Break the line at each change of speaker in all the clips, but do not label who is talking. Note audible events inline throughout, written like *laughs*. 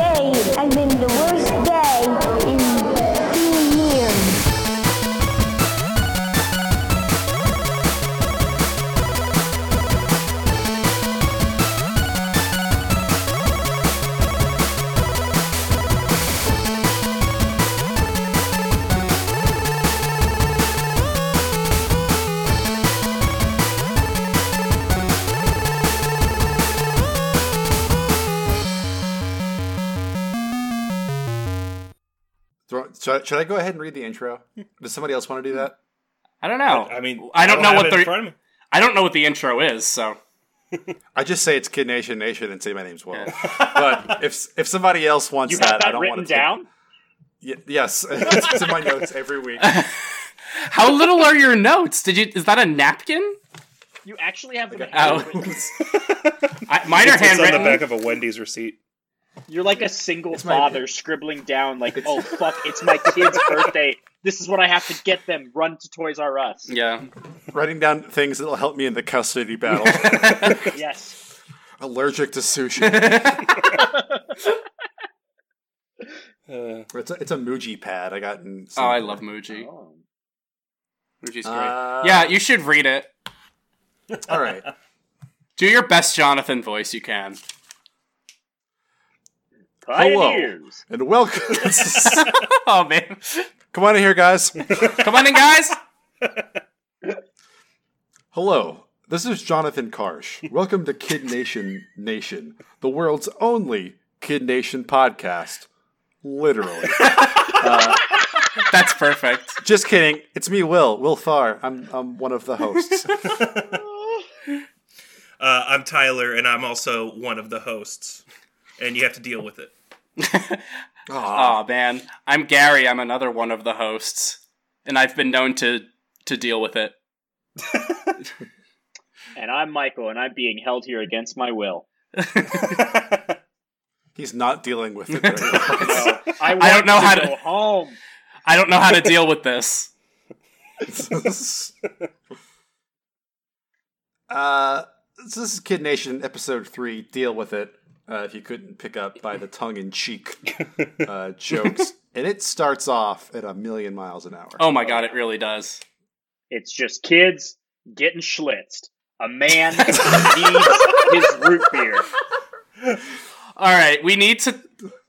having the worst day in two years.
Throw, should, I- should I go ahead and read the intro? Does somebody else want to do that?
I don't know.
I mean,
I don't know
have
what
it in front
the
of me.
I don't know what the intro is. So
I just say it's Kid Nation Nation and say my name's Will. *laughs* but if if somebody else wants
You
that,
have
I
that
don't
written
want to.
down?
yes, *laughs* it's, it's in my notes every
*laughs*
week.
how little are your notes? Did you? Is that a napkin?
You actually have them
Oh,
handwritten.
I, mine are
It's on the back
handwritten.
of a Wendy's receipt.
You're like a single
my-
father scribbling down, like, oh, fuck, it's my kid's birthday. This is what I have to get them. Run to Toys R Us.
Yeah.
Writing down things that'll help me in the custody
*laughs*
battle.
Yes.
Allergic to
*laughs*
sushi.
Uh,
It's a, it's a Muji pad I got in.
Oh, I love Muji.
Oh.
Muji's great.
Uh,
yeah, you should read it.
All right.
Do your best Jonathan voice you can.
Pioneers.
And welcome.
*laughs*
*laughs*
Oh man.
Come on in here, guys.
Come on in, guys.
Hello, this is Jonathan Karsh. Welcome to Kid Nation Nation, the world's only Kid Nation podcast.
*laughs*
Literally.
That's perfect. *laughs*
Just kidding. It's me, Will. Will Farr. I'm, I'm one of the
*laughs*
hosts.
uh, I'm Tyler, and I'm also one of the hosts, and you have to deal with it.
Aw.
Oh man. I'm Gary, I'm another one of the hosts. And I've been known to to deal with it.
And I'm Michael, and I'm being held here against my will.
He's not dealing with it. very well. *laughs*
*laughs*
No, I, want
don't know
to
how to-
go home.
I don't know how to deal with this.
uh, so this is Kid Nation, episode three. Deal with it. Uh, if you couldn't pick up by the tongue-in-cheek
*laughs*
uh, jokes, and it starts off at a million miles an hour.
Oh my god, it really does.
It's just kids getting schlitzed. A man needs his root beer.
All right, we need to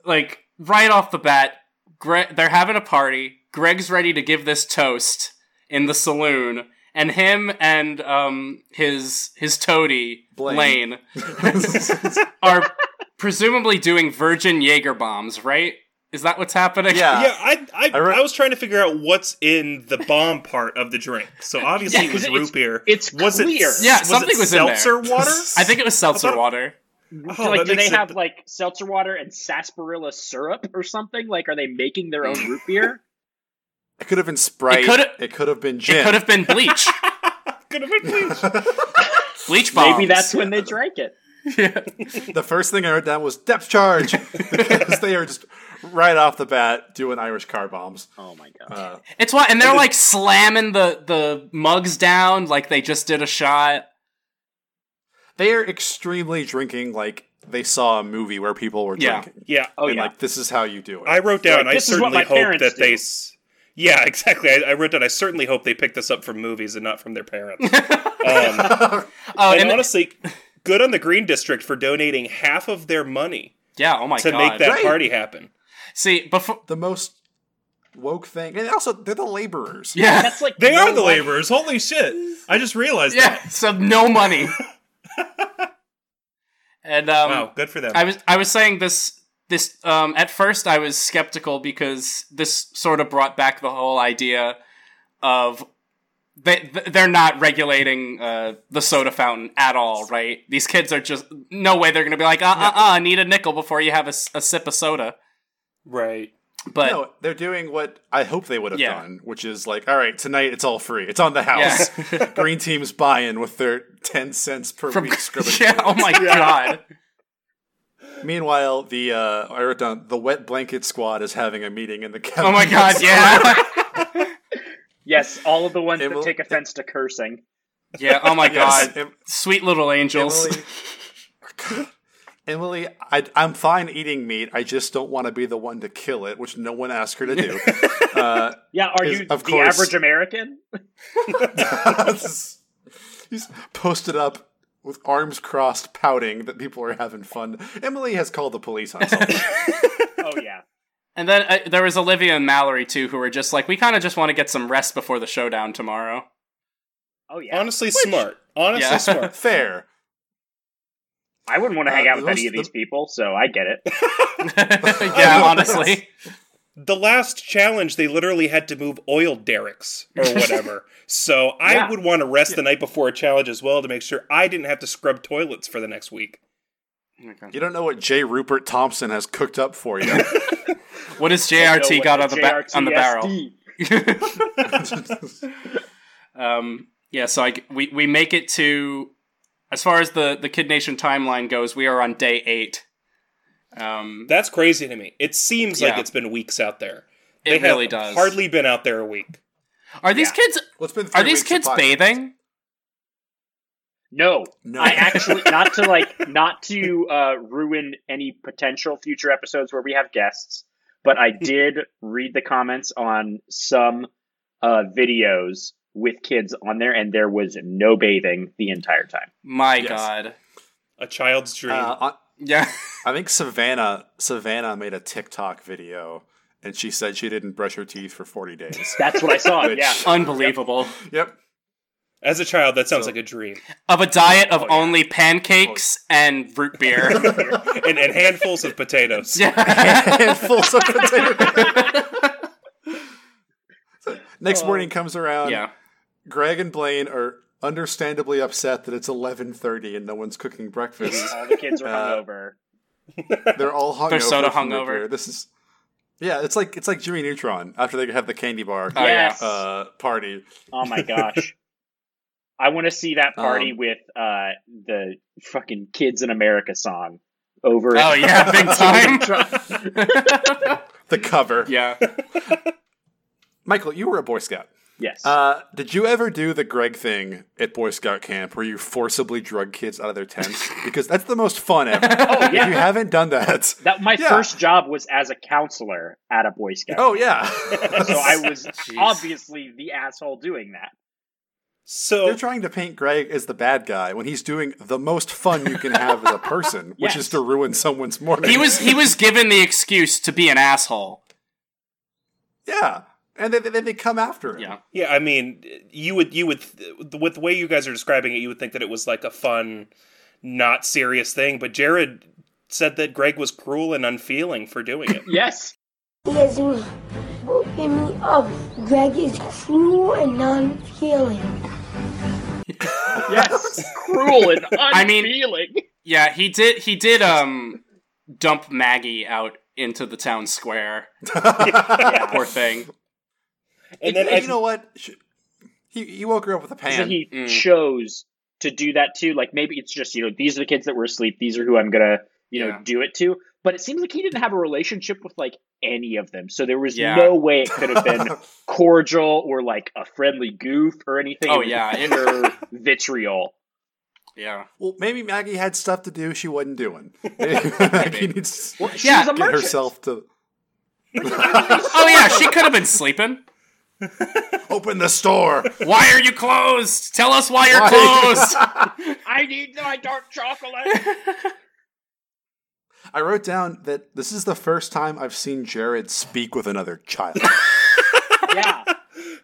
like right off the bat. Greg, they're having a party. Greg's ready to give this toast in the saloon, and him and um his his toady
Blaine.
Lane *laughs* are presumably doing Virgin Jaeger bombs. Right? Is that what's happening?
Yeah.
Yeah, I I, I,
I re-
was trying to figure out what's in the bomb part of the drink. So obviously
Yeah,
it was
'cause it's-
root beer.
it's
was
clear.
It,
Yeah,
was
something
it
was in there.
seltzer
*laughs*
water.
*laughs* I think it was seltzer
thought-
water.
Oh,
like,
that
do they
makes it-
have like seltzer water and sarsaparilla syrup or something? Like, are they making their own root beer?
It could have been Sprite.
It coulda-
It could have been
It
gin.
could have been bleach.
Could have been bleach.
bleach bombs.
Maybe that's when they drank it.
The first thing I wrote down was depth
*laughs*
charge because they are just right off the bat doing Irish car bombs.
Oh my god!
Uh,
It's why, and they're like slamming the the mugs down like they just did a shot.
they are extremely drinking like they saw a movie where people were
Yeah.
drinking.
Yeah,
oh
and
yeah,
like this is how you do it.
I wrote down.
Like,
I
this is what
certainly
my
hope
parents
that
do.
they. s- Yeah, *laughs* exactly. I, I wrote down. I certainly hope they picked this up from movies and not from their
*laughs*
parents. um,
Oh,
and
and-
honestly, good on the Green District for donating half of their money
yeah. Oh my
to
god.
make that
Right.
party happen.
See before.
*laughs* the most woke thing, and also they're the laborers.
Yeah.
that's like
*laughs* They
no
are the
one-
laborers. Holy shit! I just
*laughs*
realized
Yeah. So no
*laughs*
money. and
that.
um,
Wow, good for them.
I was I was saying this this um at first I was skeptical because this sort of brought back the whole idea of they they're not regulating uh, the soda fountain at all, right? These kids are just no way they're going to be like uh uh uh need a nickel before you have a, s- a sip of soda.
right.
But *laughs*
No, they're doing what I hope they would have
Yeah.
done, which is like, all right, tonight it's all free. It's on the house.
*laughs*
Green team's buy-in with their ten cents per
from
week scribbling.
*laughs* yeah, oh my god,
Meanwhile, the uh, I wrote down the wet blanket squad is having a meeting in the cabin.
oh my god, yeah,
*laughs*
Yes, all of the ones that
Emily-
take offense to cursing.
yeah, oh my
*laughs* Yes,
god,
Em-
sweet little angels.
*laughs* Emily, God. And Lily, I, I'm fine eating meat. I just don't want to be the one to kill it, which no one asked her to do. uh,
Yeah, are
Is-
you
of
the
course.
average American?
*laughs* He's posted up with arms crossed, pouting that people are having fun. Emily has called the police on
*laughs*
someone.
Oh yeah.
And then uh, there was Olivia and Mallory too, who were just like, we kind of just want to get some rest before the showdown tomorrow. *laughs*
Oh yeah.
Honestly, smart. Honestly,
Yeah. *laughs*
smart.
Fair.
I wouldn't want to hang
Uh,
out with any
those-
of these people, so I get it.
*laughs*
yeah, honestly.
The last challenge, they literally had to move oil derricks
*laughs*
or whatever. so I
Yeah.
would want to rest the night before a challenge as well to make sure I didn't have to scrub toilets for the next week.
You don't know what J. Rupert Thompson has cooked up for
*laughs*
you.
What has JRT
So,
got on
what
the ba- on the barrel?
JRTSD?
um, yeah, so I g we we make it to as far as the the Kid Nation timeline goes, we are on day eight. Um,
That's crazy to me. It seems like
Yeah.
it's been weeks out there.
It
They have
really does.
Hardly been out there a week.
are these
yeah.
kids
Well, it's been three
are these
weeks of
kids
podcast.
bathing?
No,
No.
I actually not to like not to uh, ruin any potential future episodes where we have guests, but I did read the comments on some uh, videos with kids on there, and there was no bathing the entire time.
My
Yes.
God,
A child's dream.
Uh, I-
yeah, *laughs*
I think Savannah Savannah made a TikTok video, and she said she didn't brush her teeth for forty
*laughs*
days.
That's what I saw.
Which-
yeah,
unbelievable.
*laughs* yep.
As a child, that sounds
So-
like a dream.
Of a diet of
Oh, yeah.
only pancakes
Oh,
and
*laughs*
root beer. *laughs*
and, and handfuls of potatoes.
yeah. *laughs*
Handfuls of potatoes. So, next morning comes around.
yeah.
Greg and Blaine are understandably upset that it's eleven thirty and no one's cooking
*laughs*
breakfast.
all the kids were hungover.
They're all hungover.
They're soda
from the
hungover.
beer. This is yeah. It's like it's like Jimmy Neutron after they have the candy bar
Oh, yeah.
yes.
uh, party.
Oh my gosh. I want to see that party
Um,
with uh, the fucking Kids in America song over.
Oh yeah,
*laughs*
big time.
yeah.
The cover.
yeah.
Michael, you were a Boy Scout.
yes.
Uh, did you ever do the Greg thing at Boy Scout camp where you forcibly drug kids out of their tents? Because that's the most fun ever. If
yeah.
you haven't done that,
that my
yeah.
first job was as a counselor at a Boy Scout.
oh yeah. *laughs*
So I was obviously the asshole doing that.
So
They're trying to paint Greg as the bad guy when he's doing the most fun you can have as a person, which
Yes.
is to ruin someone's morning.
He was he was given the excuse to be an asshole.
*laughs* yeah, and then then they come after him. *laughs*
Yeah.
yeah, I mean, you would you would with the way you guys are describing it, you would think that it was like a fun, not serious thing. But Jared said that Greg was cruel and unfeeling for doing it.
Yes.
You guys are woken me up. Greg is cruel and non-feeling.
Yes. Cruel and
mean-
unfeeling.
Yeah, he did he did um dump Maggie out into the town square. Poor thing.
And
*laughs*
then
And
I-
you know what? Sh- He he woke her up with a
so
pan.
he
Mm.
chose to do that too. Like maybe it's just you know these are the kids that were asleep. These are who I'm gonna you know
Yeah.
do it to. But it seems like he didn't have a relationship with like any of them. So there was
Yeah.
no way it could
*laughs*
have been cordial or like a friendly goof or anything.
Oh,
It
*laughs*
was
yeah, it-
pure vitriol.
Yeah.
well, maybe Maggie had stuff to do she wasn't doing. *laughs* Maggie needs to
Well, she
Yeah,
was a
get
get
merchant.
herself to
Oh yeah, she could have been sleeping.
open the store.
Why are you closed? Tell us why you're
Why-
closed.
I need my
*laughs*
dark chocolate.
I wrote down that this is the first time I've seen Jared speak with another child. *laughs*
yeah.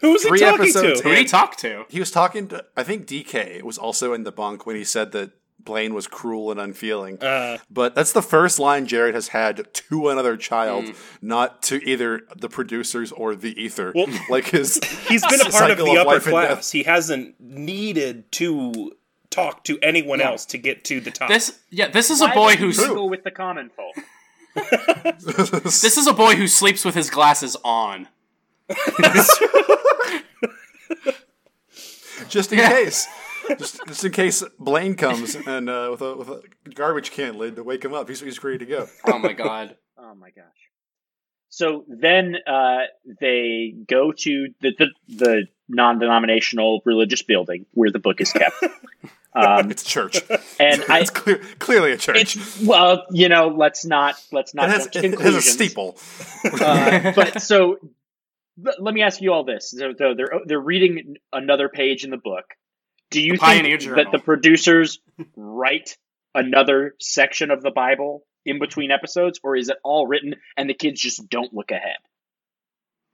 who was he
Three
talking
episodes
Who
to?
do you talk to?
he was talking to, I think DK was also in the bunk when he said that Blaine was cruel and unfeeling.
Uh,
but that's the first line Jared has had to another child,
Mm.
not to either the producers or the ether.
Well-
*laughs* like his,
he's been a part of
Cycle
the
of
upper
life and
class. He hasn't needed to talk to anyone else to get to the top.
This yeah, this is a
Why
boy
would
who
you
s-
mingle with the common folk.
this is a boy who sleeps with his glasses on.
just
*laughs*
in case. Just, just in case Blaine comes and uh, with, a, with a garbage can lid to wake him up, he's, he's ready to go.
Oh my god.
Oh my gosh. So then uh, they go
*laughs*
to the, the, the non denominational religious building where the book is kept. Um,
It's a church.
and
*laughs*
I,
it's clear, clearly a church.
it's well, you know, let's not let's not
it has, it
jump to
has a
conclusions.
steeple.
Uh,
*laughs*
but so but let me ask you all this: so, so they're they're reading another page in the book. Do you
The Pioneer
think
Journal.
that
*laughs*
the producers write another section of the Bible in between episodes, or is it all written and the kids just don't look ahead?
*laughs*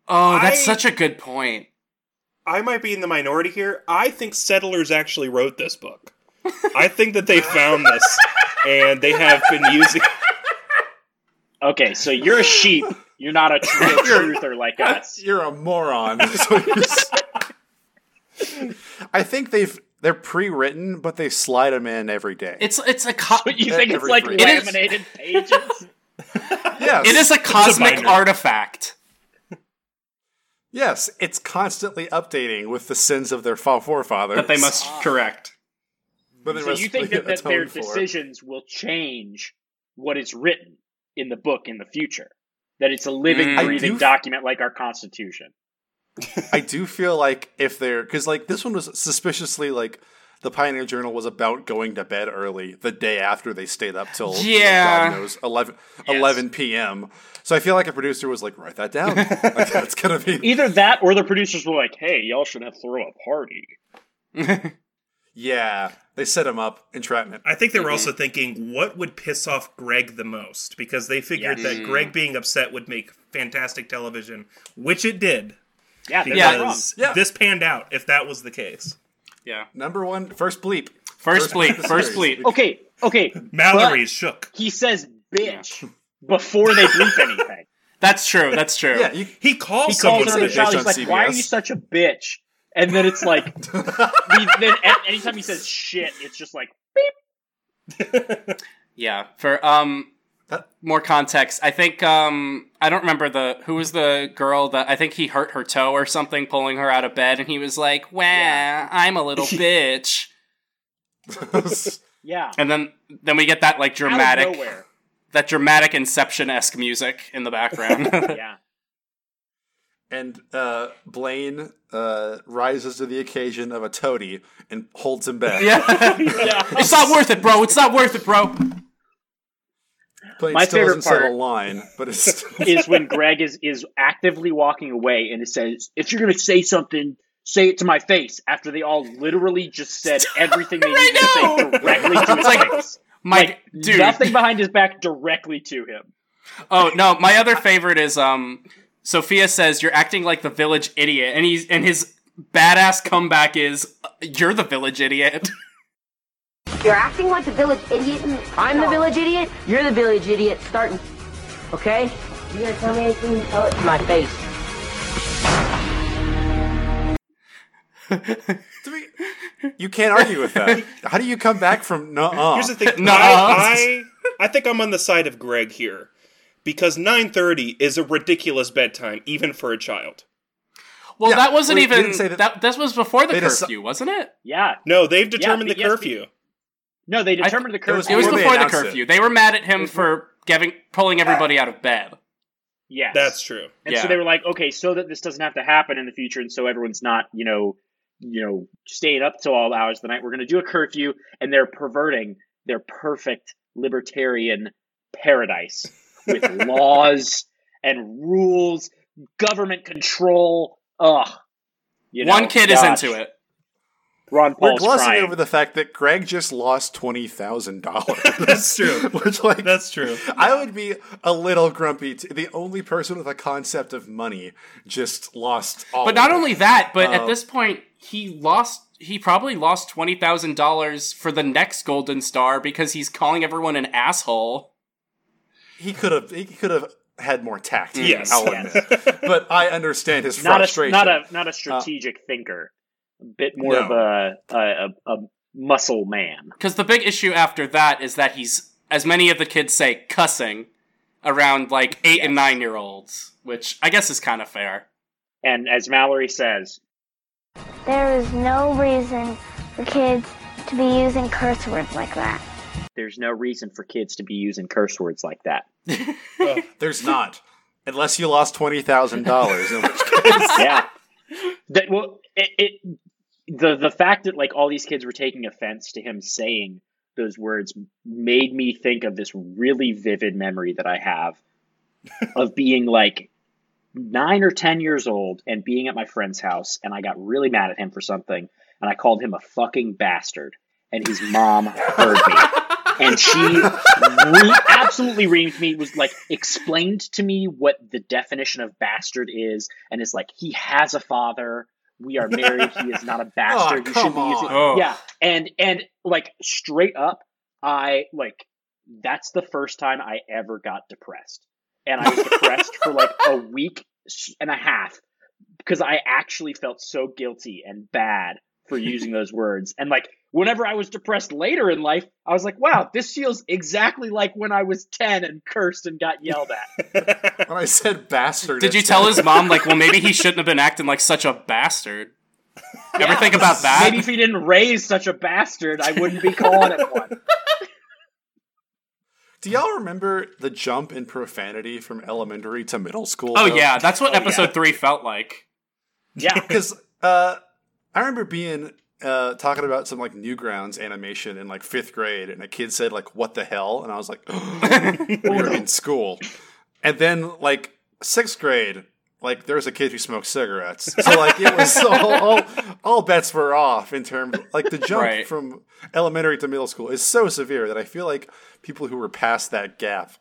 Oh, that's
I-
such a good point.
I might be in the minority here. I think settlers actually wrote this book. I think that they found this and they have been using
Okay, so you're a sheep. You're not a true truther like us.
You're a moron. is what you're saying. *laughs* I think they've they're pre-written, but they slide them in every day.
It's it's a co-
But you think it's
Every
like
three.
It is-
laminated pages?
yes,
it is a cosmic
binder.
artifact.
Yes, it's constantly updating with the sins of their fa- forefathers
that *laughs* they must correct.
But
So you think that, that
their
their
decision?
decisions will change what is written in the book in the future? That it's a living,
Mm. I
breathing
do-
document like our Constitution.
I do feel like if they're because like this one was suspiciously like the Pioneer Journal was about going to bed early the day after they stayed up till you know,
Yeah.
God knows 11, 11 p.m. So I feel like a producer was like, write that
*laughs*
down. like, that's gonna be
Either that, or the producers were like, "Hey, y'all should have throw a party."
yeah. They set him up entrapment.
I think they were also
Mm-hmm.
thinking what would piss off Greg the most because they figured
Yeah.
that Greg being upset would make fantastic television, which it did.
Yeah, they're not wrong.
Because
Yeah.
this panned out if that was the case.
Yeah.
Number one, first bleep.
First bleep,
*laughs*
of the
first
series.
bleep.
Okay, okay.
Mallory
but
is shook.
he says "bitch" before they bleep anything.
That's true. That's true.
Yeah, you, *laughs*
He calls
He calls
someone
her
Someone's
a
a
bitch.
bitch
child. He's
on
like, "Why are you
CBS."
such a bitch?" And then
*laughs*
it's like, we, then a- anytime he says "shit," it's just like,
Yeah. For um
That-
more context, I think um I don't remember the who was the girl that I think he hurt her toe or something pulling her out of bed and he was like, "Wah, I'm a
*laughs*
little bitch."
"Yeah."
And then then we get that like
Out of
dramatic *laughs*
nowhere.
that dramatic inception-esque music in the
*laughs*
background. *laughs*
Yeah.
and uh, Blaine uh, rises to the occasion of a toady and holds him back.
yeah.
*laughs* yeah.
It's not worth it, bro. It's not worth it, bro.
Blaine
My
still
favorite
doesn't set
part-
a line, but it's *laughs*
is when Greg is is actively walking away and it says, "If you're gonna say something, say it to my face." After they all literally just said everything they needed to say
know. *laughs*
directly to his
like-
face,
My dude.
nothing behind his back, directly to him.
Oh no, my other favorite is um Sophia says you're acting like the village idiot and he's and his badass comeback is "Uh, you're the village idiot. *laughs*
You're acting like the village idiot. I'm the village idiot. You're the village idiot. Starting. Okay? You gonna tell me anything? Tell it to my face.
you can't argue with that. How do you come back from *laughs* no?
Here's the thing.
Nuh-uh.
I, I, I think I'm on the side of Greg here because 9:30 is a ridiculous bedtime even for a child.
Well,
Yeah,
that wasn't
we- we
even
didn't say
that,
that-
that. was before the
They just-
curfew, wasn't it?
Yeah,
No, they've determined
but
the
yes, but-
curfew.
no, they determined the
it was
curse.
It was
Before they
before the
announced it.
curfew. They were mad at him for giving pulling everybody out of bed.
yes,
That's true.
and
yeah.
so they were like, okay, so that this doesn't have to happen in the future, and so everyone's not, you know, you know, staying up till all hours of the night. We're gonna do a curfew, and they're perverting their perfect libertarian paradise
*laughs*
with laws and rules, government control. Ugh. You know,
One kid
gosh.
is into it.
Ron
We're
Paul's
glossing
crying.
over the fact that Greg just lost twenty thousand dollars.
That's
*laughs*
true.
Which like
That's true.
I would be a little grumpy. To, the only person with a concept of money just lost all.
But not only that, but
Oh.
at this point, he lost. He probably lost twenty thousand dollars for the next Golden Star because he's calling everyone an asshole.
he could have he could have had more tact.
Yes.
I'll admit. but I understand his
*laughs* not a
frustration.
not a not a
Uh,
strategic thinker. A bit more
No.
of a a, a a muscle man.
Because the big issue after that is that he's, as many of the kids say, cussing around like eight and nine year olds, which I guess is kind of fair.
And as Mallory says,
There is no reason for kids to be using curse words like that.
there's no reason for kids to be using curse words like that.
There's not. Unless you lost twenty thousand dollars,
yeah. That well, it, it the the fact that like all these kids were taking offense to him saying those words made me think of this really vivid memory that I have of being like nine or ten years old and being at my friend's house and I got really mad at him for something and I called him a fucking bastard and his mom heard me and she re- absolutely reamed me was like explained to me what the definition of bastard is and is like he has a father we are married he is not a bastard
*laughs* Oh,
you should
come
be using
on.
yeah and and like straight up i like that's the first time i ever got depressed and i was depressed for like a week s- and a half because i actually felt so guilty and bad
*laughs*
for using those words. And like whenever I was depressed later in life, I was like, wow, this feels exactly like when I was 10 and cursed and got yelled
*laughs* *laughs*
at.
When I said bastard,
Did you
it's
tell
like-
his mom like, well, maybe he shouldn't have been acting like such a bastard? Ever think about that?
Maybe if he didn't raise such a bastard, I wouldn't be calling him
*laughs*
one.
Do y'all remember the jump in profanity from elementary to middle school?
oh
though?
yeah, that's what episode
yeah.
three felt like.
*laughs*
Yeah.
because uh, I remember being uh, talking about some like Newgrounds animation in like fifth grade, and a kid said like "What the hell?" and I was like, *gasps* "We "We're in school." And then like sixth grade, like there was a kid who smoked cigarettes, so like it was all all, all bets were off in terms like the jump
Right.
from elementary to middle school is so severe that I feel like people who were past that gap.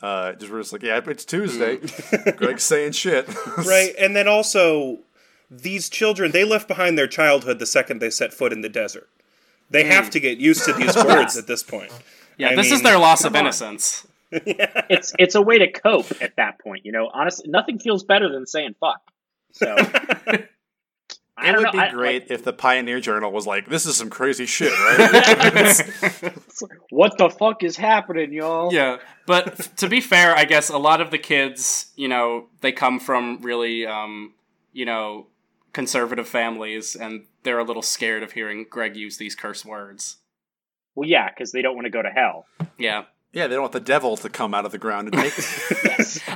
Uh, just were just like, yeah, it's Tuesday. *laughs* Greg's saying shit.
right? And then also, these children, they left behind their childhood the second they set foot in the desert. They have to get used to these words at this point. *laughs*
Yeah,
I
this is
mean-
their loss of
*laughs*
innocence. *laughs*
It's it's a way to cope at that point, you know. Honestly, nothing feels better than saying fuck.
*laughs*
So I
It
don't
would
know,
be
I- like,
great if the Pioneer Journal was like, "This is some crazy shit,
*laughs*
right?"
what the fuck is happening, y'all?
Yeah, but to be fair, I guess a lot of the kids, you know, they come from really, um, you know, conservative families, and they're a little scared of hearing Greg use these curse words.
Well, yeah, because they don't want to go to hell.
Yeah,
yeah, they don't want the devil to come out of the ground
*laughs*
and take.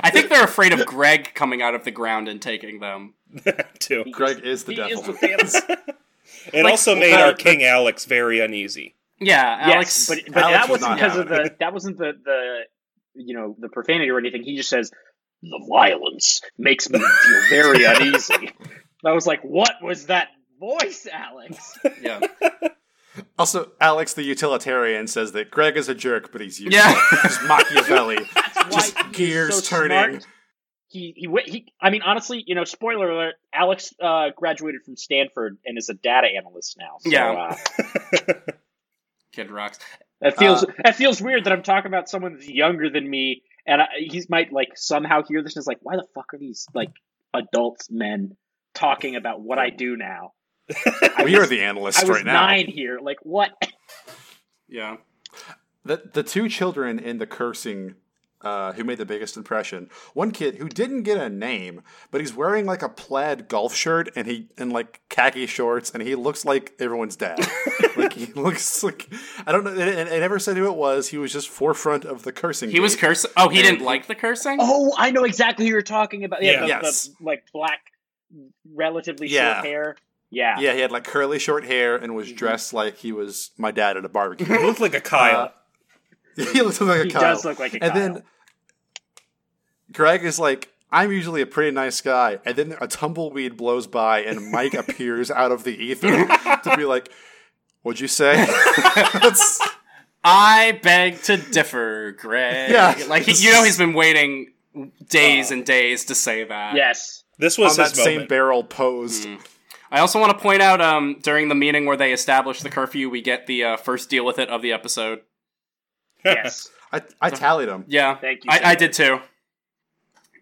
I think they're afraid of Greg coming out of the ground and taking them.
too.
Greg is the
He
devil.
is the devil.
*laughs*
It
Like,
also made
uh,
our
but-
King Alex very uneasy.
Yeah, Alex.
Yes, but, but
Alex
that
was
wasn't
not
because of the that wasn't the the you know the profanity or anything. He just says the violence makes me feel
*laughs*
very uneasy. And I was like, what was that voice, Alex?
*laughs*
yeah,
*laughs* also, Alex the utilitarian says that Greg is a jerk, but he's useful.
Yeah.
*laughs* just Machiavelli, just
Why he is
gears
so
turning.
smart. He, he went- he I mean honestly you know spoiler alert Alex uh, graduated from Stanford and is a data analyst now so,
Yeah.
uh,
Kid Rocks.
That feels that feels weird that I'm talking about someone that's younger than me, and I, he might like somehow hear this and is like, "Why the fuck are these like adult men talking about what I
*laughs*
do now?
We are the
*laughs* I
analysts
was
right now.
nine here. Like what? *laughs*
Yeah,
The the two children in the cursing. Uh, who made the biggest impression? One kid who didn't get a name, but he's wearing like a plaid golf shirt and he and like khaki shorts, and he looks like everyone's
*laughs*
dad. like he looks like I don't know. And I never said who it was. He was just forefront of the cursing.
he was
gate.
cursing. Oh, he didn't like the cursing.
Oh, I know exactly who you're talking about. Yeah,
Yeah.
the,
Yes.
the, like black, relatively
Yeah.
short hair. Yeah,
Yeah, he had like curly short hair and
Mm-hmm.
was dressed like he was my dad at a barbecue.
He looked like a
Uh,
Kyle.
*laughs* he looks like a
Uh, he
Kyle.
does look like a
and
Kyle.
then Greg is like, I'm usually a pretty nice guy. And then a tumbleweed blows by and Mike
*laughs*
appears out of the ether to be like, What'd you say?
*laughs*
That's-
I beg to differ, Greg.
Yeah.
like he, you know, he's been waiting days
Uh.
and days to say
*laughs*
that.
yes,
This
on
was
that
his moment.
same barrel pose.
Mm.
I also want to point out um, during the meeting where they establish the curfew, we get the uh, first deal with it of the episode.
yes.
I, I tallied him.
Yeah,
Thank you,
I, I
Taylor.
did too.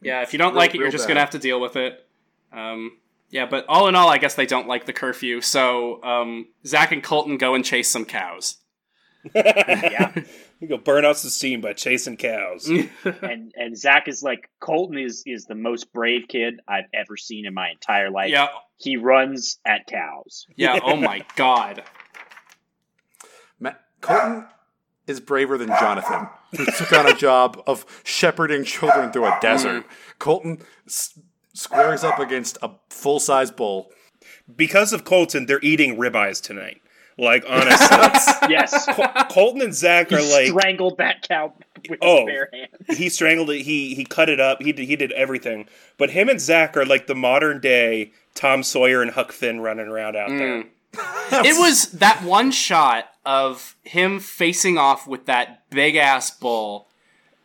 Yeah, if you don't
Real-
like it, you're
real
just
bad.
gonna have to deal with it. Um, yeah, but all in all, I guess they don't like the curfew. So um, Zach and Colton go and chase some cows.
*laughs* You go burn out some steam by chasing cows.
and and Zach is like Colton is is the most brave kid I've ever seen in my entire life.
Yeah,
He runs at cows.
yeah. oh my god.
Ma- Colton is braver than Jonathan, who took on a job of shepherding children
Mm.
through a desert. Colton s- squares up against a full size bull.
because of Colton, they're eating ribeyes tonight. Like
*laughs*
honestly,
Yes.
Col- Colton and Zach are
He
like
strangled that cow with
Oh.
his bare hand.
he strangled it. He he cut it up. He did, he did everything. But him and Zach are like the modern day Tom Sawyer and Huck Finn running around out
Mm.
there.
It was that one shot of him facing off with that big ass bull.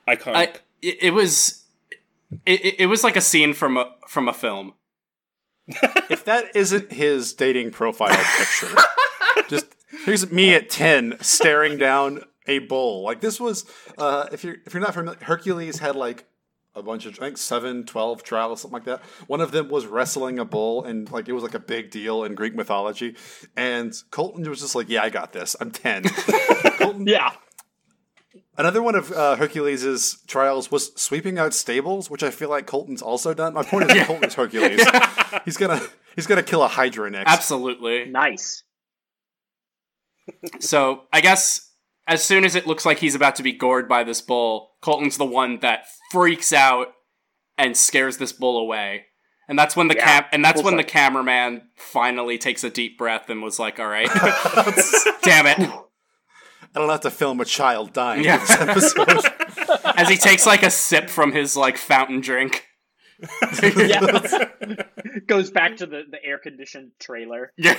Iconic.
I, it, it was it, it- it was like a scene from a from a film.
If that isn't his dating profile picture, just here's me at ten staring down a bull. Like this was, uh, if you're if you're not familiar, Hercules had like a bunch of I think seven, twelve trials, something like that. One of them was wrestling a bull, and like it was like a big deal in Greek mythology. And Colton was just like, "Yeah, I got this. I'm 10. Colton
Yeah.
Another one of uh, Hercules' trials was sweeping out stables, which I feel like Colton's also done. My point is, Colton's Hercules. he's gonna he's gonna kill a Hydra next.
Absolutely.
Nice.
So I guess as soon as it looks like he's about to be gored by this bull, Colton's the one that freaks out and scares this bull away. And that's when the
Yeah,
cam- and that's
full
when the
circle.
cameraman finally takes a deep breath and was like, "All right, *laughs* damn it."
I don't have to film a child dying.
Yeah.
in This episode.
As he takes like a sip from his like fountain drink.
Yeah. *laughs* Goes back to the, the air conditioned trailer.
Yeah.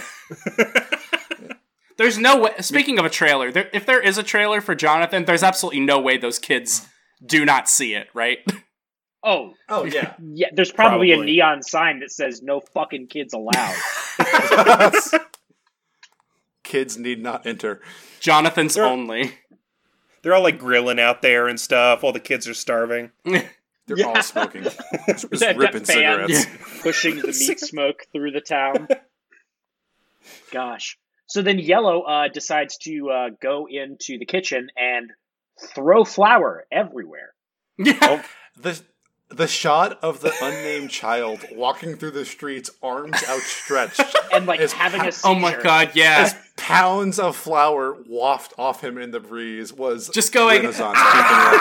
there's no way. Speaking of a trailer, there, if there is a trailer for Jonathan, there's absolutely no way those kids do not see it, right? *laughs*
Oh,
oh yeah,
yeah. There's probably, a
Probably.
neon sign that says no fucking
*laughs*
kids allowed.
kids need not enter.
Jonathan's
Sure.
only.
They're all like grilling out there and stuff. All the kids
*laughs*
are starving.
They're
Yeah.
all smoking, just
that
ripping
fan.
cigarettes.
pushing the
*laughs*
meat smoke through the town. Gosh. So then Yellow uh, decides to uh, go into the kitchen and throw flour everywhere.
Oh,
Yeah.
The the shot of the unnamed child walking through the streets, arms outstretched,
And like
It's
having a
Oh my
seizure.
god, yeah.
as pounds of flour waft off him in the breeze, was
Just going,
Renaissance. painting level.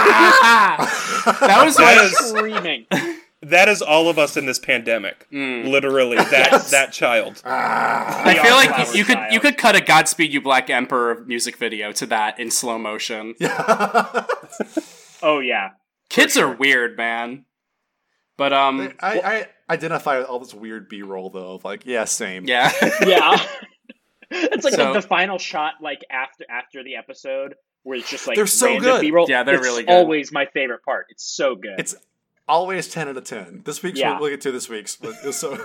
that was
That
my
is
Screaming.
that is all of us in this pandemic.
Mm. *laughs*
Literally, that that child.
Uh,
I feel like
Flower
you could
Child.
you could cut a Godspeed You Black Emperor music video to that in slow motion.
Oh yeah.
Kids are weird, man. But um
*laughs* I, I identify with all this weird B roll though of like yeah same
yeah. *laughs*
Yeah. *laughs* it's like
So-
the, the final shot like after after the episode where it's just like
They're so
random
good.
B-roll.
Yeah, they're
It's
really good.
always my favorite part. It's so good.
it's always ten out of ten this week's
Yeah.
we'll get to this week's but it's *laughs* so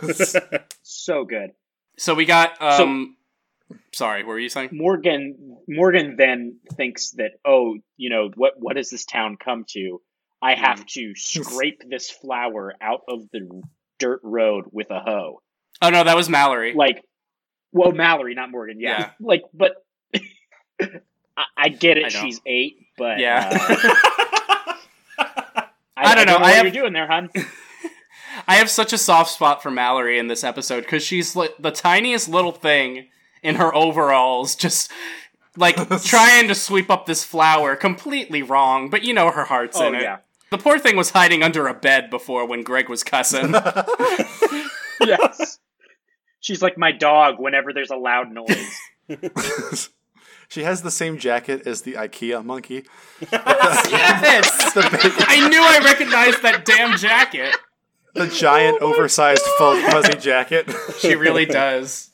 so good.
So we got um sorry, what were you saying?
Morgan Morgan then thinks that oh you know what what has this town come to? I
Hmm.
have to scrape this flower out of the dirt road with a hoe.
Oh no, that was Mallory.
Like, well, Mallory, not Morgan. Yeah,
Yeah.
like, but *laughs* I, I get it.
I know.
she's eight, but
Yeah.
uh, I,
*laughs* I don't know, I
what
have-
you're doing there,
*laughs*
hon.
I have such a soft spot for Mallory in this episode because she's like the tiniest little thing in her overalls, just
*laughs*
like trying to sweep up this flower completely wrong. But you know her heart's
Oh
in it. *laughs*
yeah,
The poor thing was hiding under a bed before when Greg was cussing.
yes. She's like my dog. Whenever there's a loud noise,
she has the same jacket as the IKEA monkey *laughs*
yes,
the, big,
I knew I recognized that damn jacket.
the giant oversized fuzz fuzzy jacket *laughs*
She really does.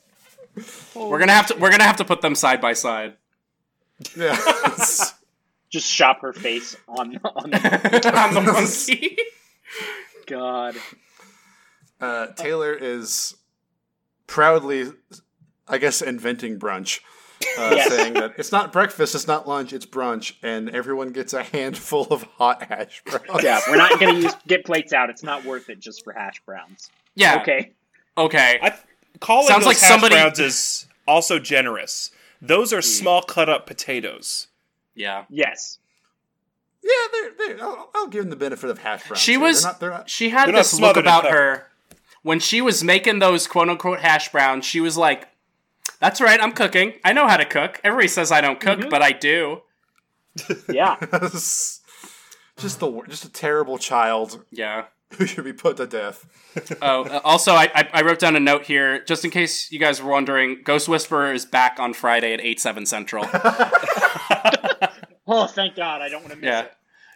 We're gonna have to. We're gonna have to put them side by side. *laughs*
yeah
just shop her face on
*laughs*
on the
on the monkey.
god.
uh, Taylor is proudly I guess inventing brunch. Uh,
Yes.
Saying that it's not breakfast, it's not lunch, it's brunch, and everyone gets a handful of hot hash browns.
Yeah, we're not gonna use get plates out. It's not worth it just for hash browns.
Yeah. Okay.
Okay.
Okay.
I calling
Sounds
those
like
hash
somebody- Mm.
browns is also generous. Those are small cut up potatoes.
Yeah.
Yes.
*laughs* Yeah, they're, they're, I'll, I'll give them the benefit of hash browns.
She
here.
was.
They're not, they're not,
she had
they're not
this look
smothered in
about
pepper.
her when she was making those quote unquote hash browns. She was like, "That's right, I'm cooking. I know how to cook. Everybody says I don't cook, but I do."
Yeah.
*laughs*
*laughs* just the wor- just a terrible child
Yeah.
who should be put to death.
Oh, uh, also, I, I I wrote down a note here just in case you guys were wondering. Ghost Whisperer is back on Friday at eight seven
*laughs*
central.
Oh, thank God! I don't want to miss
Yeah,
it.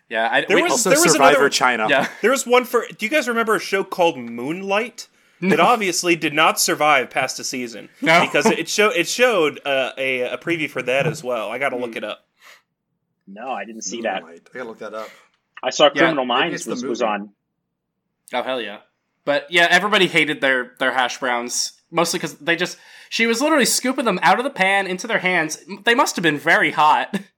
yeah. I,
There
we-
was-
Also,
there
Survivor
another-
China.
yeah.
There was one for. Do you guys remember a show called Moonlight? It obviously did not survive past a season
No.
because it show it showed uh, a a preview for that as well. I got to
Hmm.
look it up.
No, I didn't see that.
Moonlight. I gotta look that up.
I saw
Yeah,
Criminal
maybe
Minds
it's the
was,
movie.
was on.
Oh hell yeah! But yeah, everybody hated their their hash browns mostly because they just she was literally scooping them out of the pan into their hands. They must have been very hot. *laughs*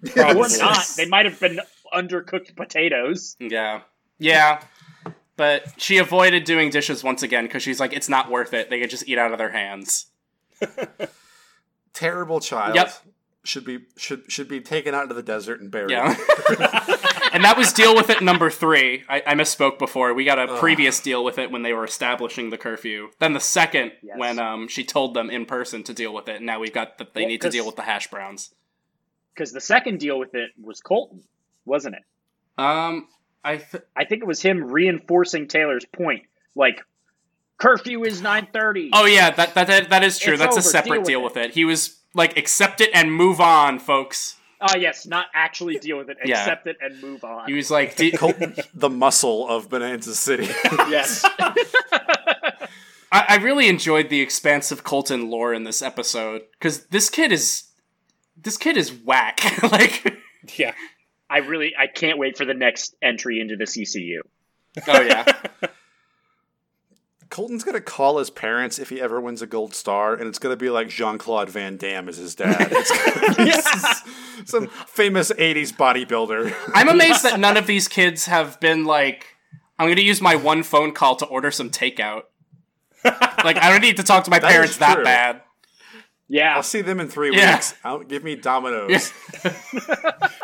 Or
Probably.
not. They might have been undercooked potatoes.
Yeah, yeah. But she avoided doing dishes once again because she's like, it's not worth it. They could just eat out of their hands.
Terrible child.
Yep.
Should be should should be taken out to the desert and buried. *laughs*
*laughs* Yeah. and that was deal with it number three. I, I misspoke before. We got a previous deal with it when they were establishing the curfew. Then the second
Yes.
when um she told them in person to deal with it. And now we've got that they
Well,
need to
'cause-
deal with the hash browns.
Because the second deal with it was Colton, wasn't it?
Um, I th-
I think it was him reinforcing Taylor's point. Like, curfew is nine thirty.
oh yeah, that that that, that is true.
It's
That's a
over.
separate deal, with, it. He was like, accept it and move on, folks.
Ah, yes, not actually deal with it,
Yeah.
accept it and move on.
He was like, D- *laughs*
Colton, the muscle of Bonanza City.
yes.
I, I really enjoyed the expansive Colton lore in this episode because this kid is this kid is whack. *laughs* like,
Yeah,
I really I can't wait for the next entry into the CCU.
*laughs* oh yeah,
Colton's gonna call his parents if he ever wins a gold star, and it's gonna be like Jean Claude Van Damme is his
*laughs*
dad. It's gonna be s- some famous '80s bodybuilder. *laughs*
I'm amazed that none of these kids have been like, I'm going to use my one phone call to order some takeout. like, I don't need to talk to my
is
parents that
true.
bad.
Yeah.
I'll see them in three
Yeah.
weeks. I'll, give me Domino's.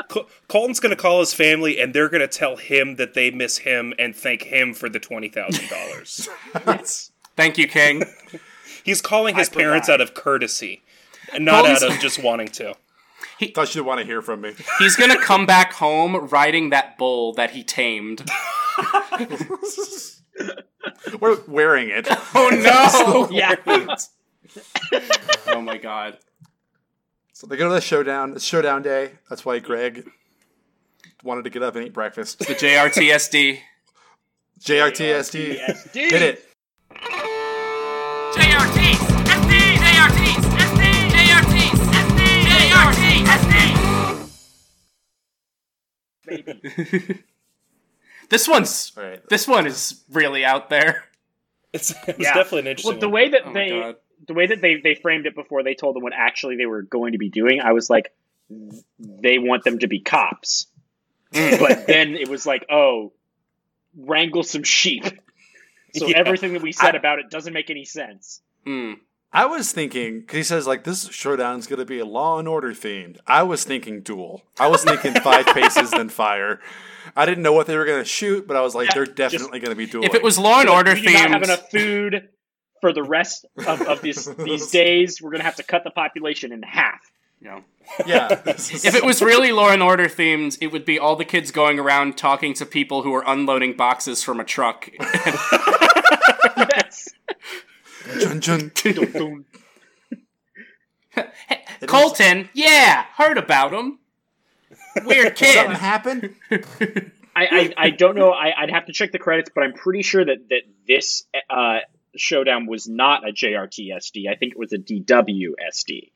Col- Colton's gonna call his family and they're gonna tell him that they miss him and thank him for the twenty thousand dollars.
Yes.
Thank you, King.
He's calling his parents
forgot.
out of courtesy, and not
Colton's-
out of just wanting to.
Thought you'd want to hear from me.
He's going to come back home riding that bull that he tamed.
We're wearing
*laughs*
it.
Oh, no. *laughs*
yeah.
oh, my God.
So they go to the showdown. It's showdown day. That's why Greg wanted to get up and eat breakfast. *laughs*
The JRTSD.
JRTSD.
JRTSD.
Hit it.
JRTs, SD, JRTs, SD, JRTs, SD, JRTs, SD.
This one's.
All right.
This one is really out there.
It's, it's
Yeah.
definitely an interesting.
Well, the
one.
way that
Oh, my
they
God.
the way that they they framed it before they told them what actually they were going to be doing, I was like, they want them to be cops.
Mm. *laughs*
but then it was like, oh, wrangle some sheep. So
Yeah.
everything that we said about it doesn't make any sense.
Mm.
I was thinking because he says like this showdown's going to be a Law and Order themed. I was thinking duel. I was thinking *laughs* five paces then fire. I didn't know what they were going to shoot, but I was like, they're definitely going to be dueling.
If it was Law and Order
we do not have
themed,
enough food for the rest of, of
*laughs*
these these days. We're gonna have to cut the population in half.
you know,
yeah,
*laughs* if it was really Law and Order themed, it would be all the kids going around talking to people who are unloading boxes from a truck.
Yes.
Jun, jun.
Colton, yeah, heard
*laughs*
about him. Weird kid.
something happened.
I, I, I don't know. I, I'd have to check the credits, but I'm pretty sure that that this uh, showdown was not a JRTSD. I think it was a DWSD.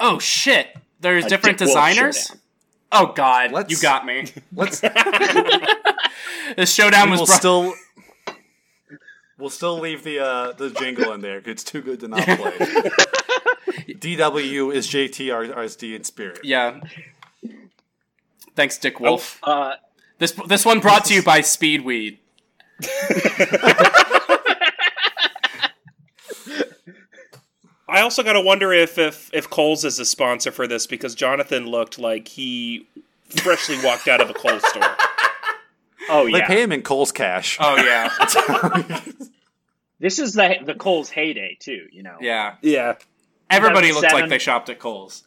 oh shit, there's
A
different
Dick Wolf
designers.
showdown.
Oh god,
Let's-
you
*laughs*
got me.
Let's
This showdown was
we'll
brought-
still we'll still leave the uh, the jingle in there 'cause it's too good to not play.
*laughs*
DW is JTRSD in spirit.
*laughs* yeah. Thanks, Dick Wolf.
Uh,
This this one
*laughs*
brought to you by Speedweed.
I also got to wonder if if if Coles is a sponsor for this because Jonathan looked like he freshly walked out of a Coles store.
oh
They
yeah,
pay him in Cole's cash.
Oh yeah,
*laughs*
this is the the Cole's heyday too. You know,
yeah.
*laughs* *laughs* Yeah,
Everybody looked like
2007.
they shopped at Kohl's.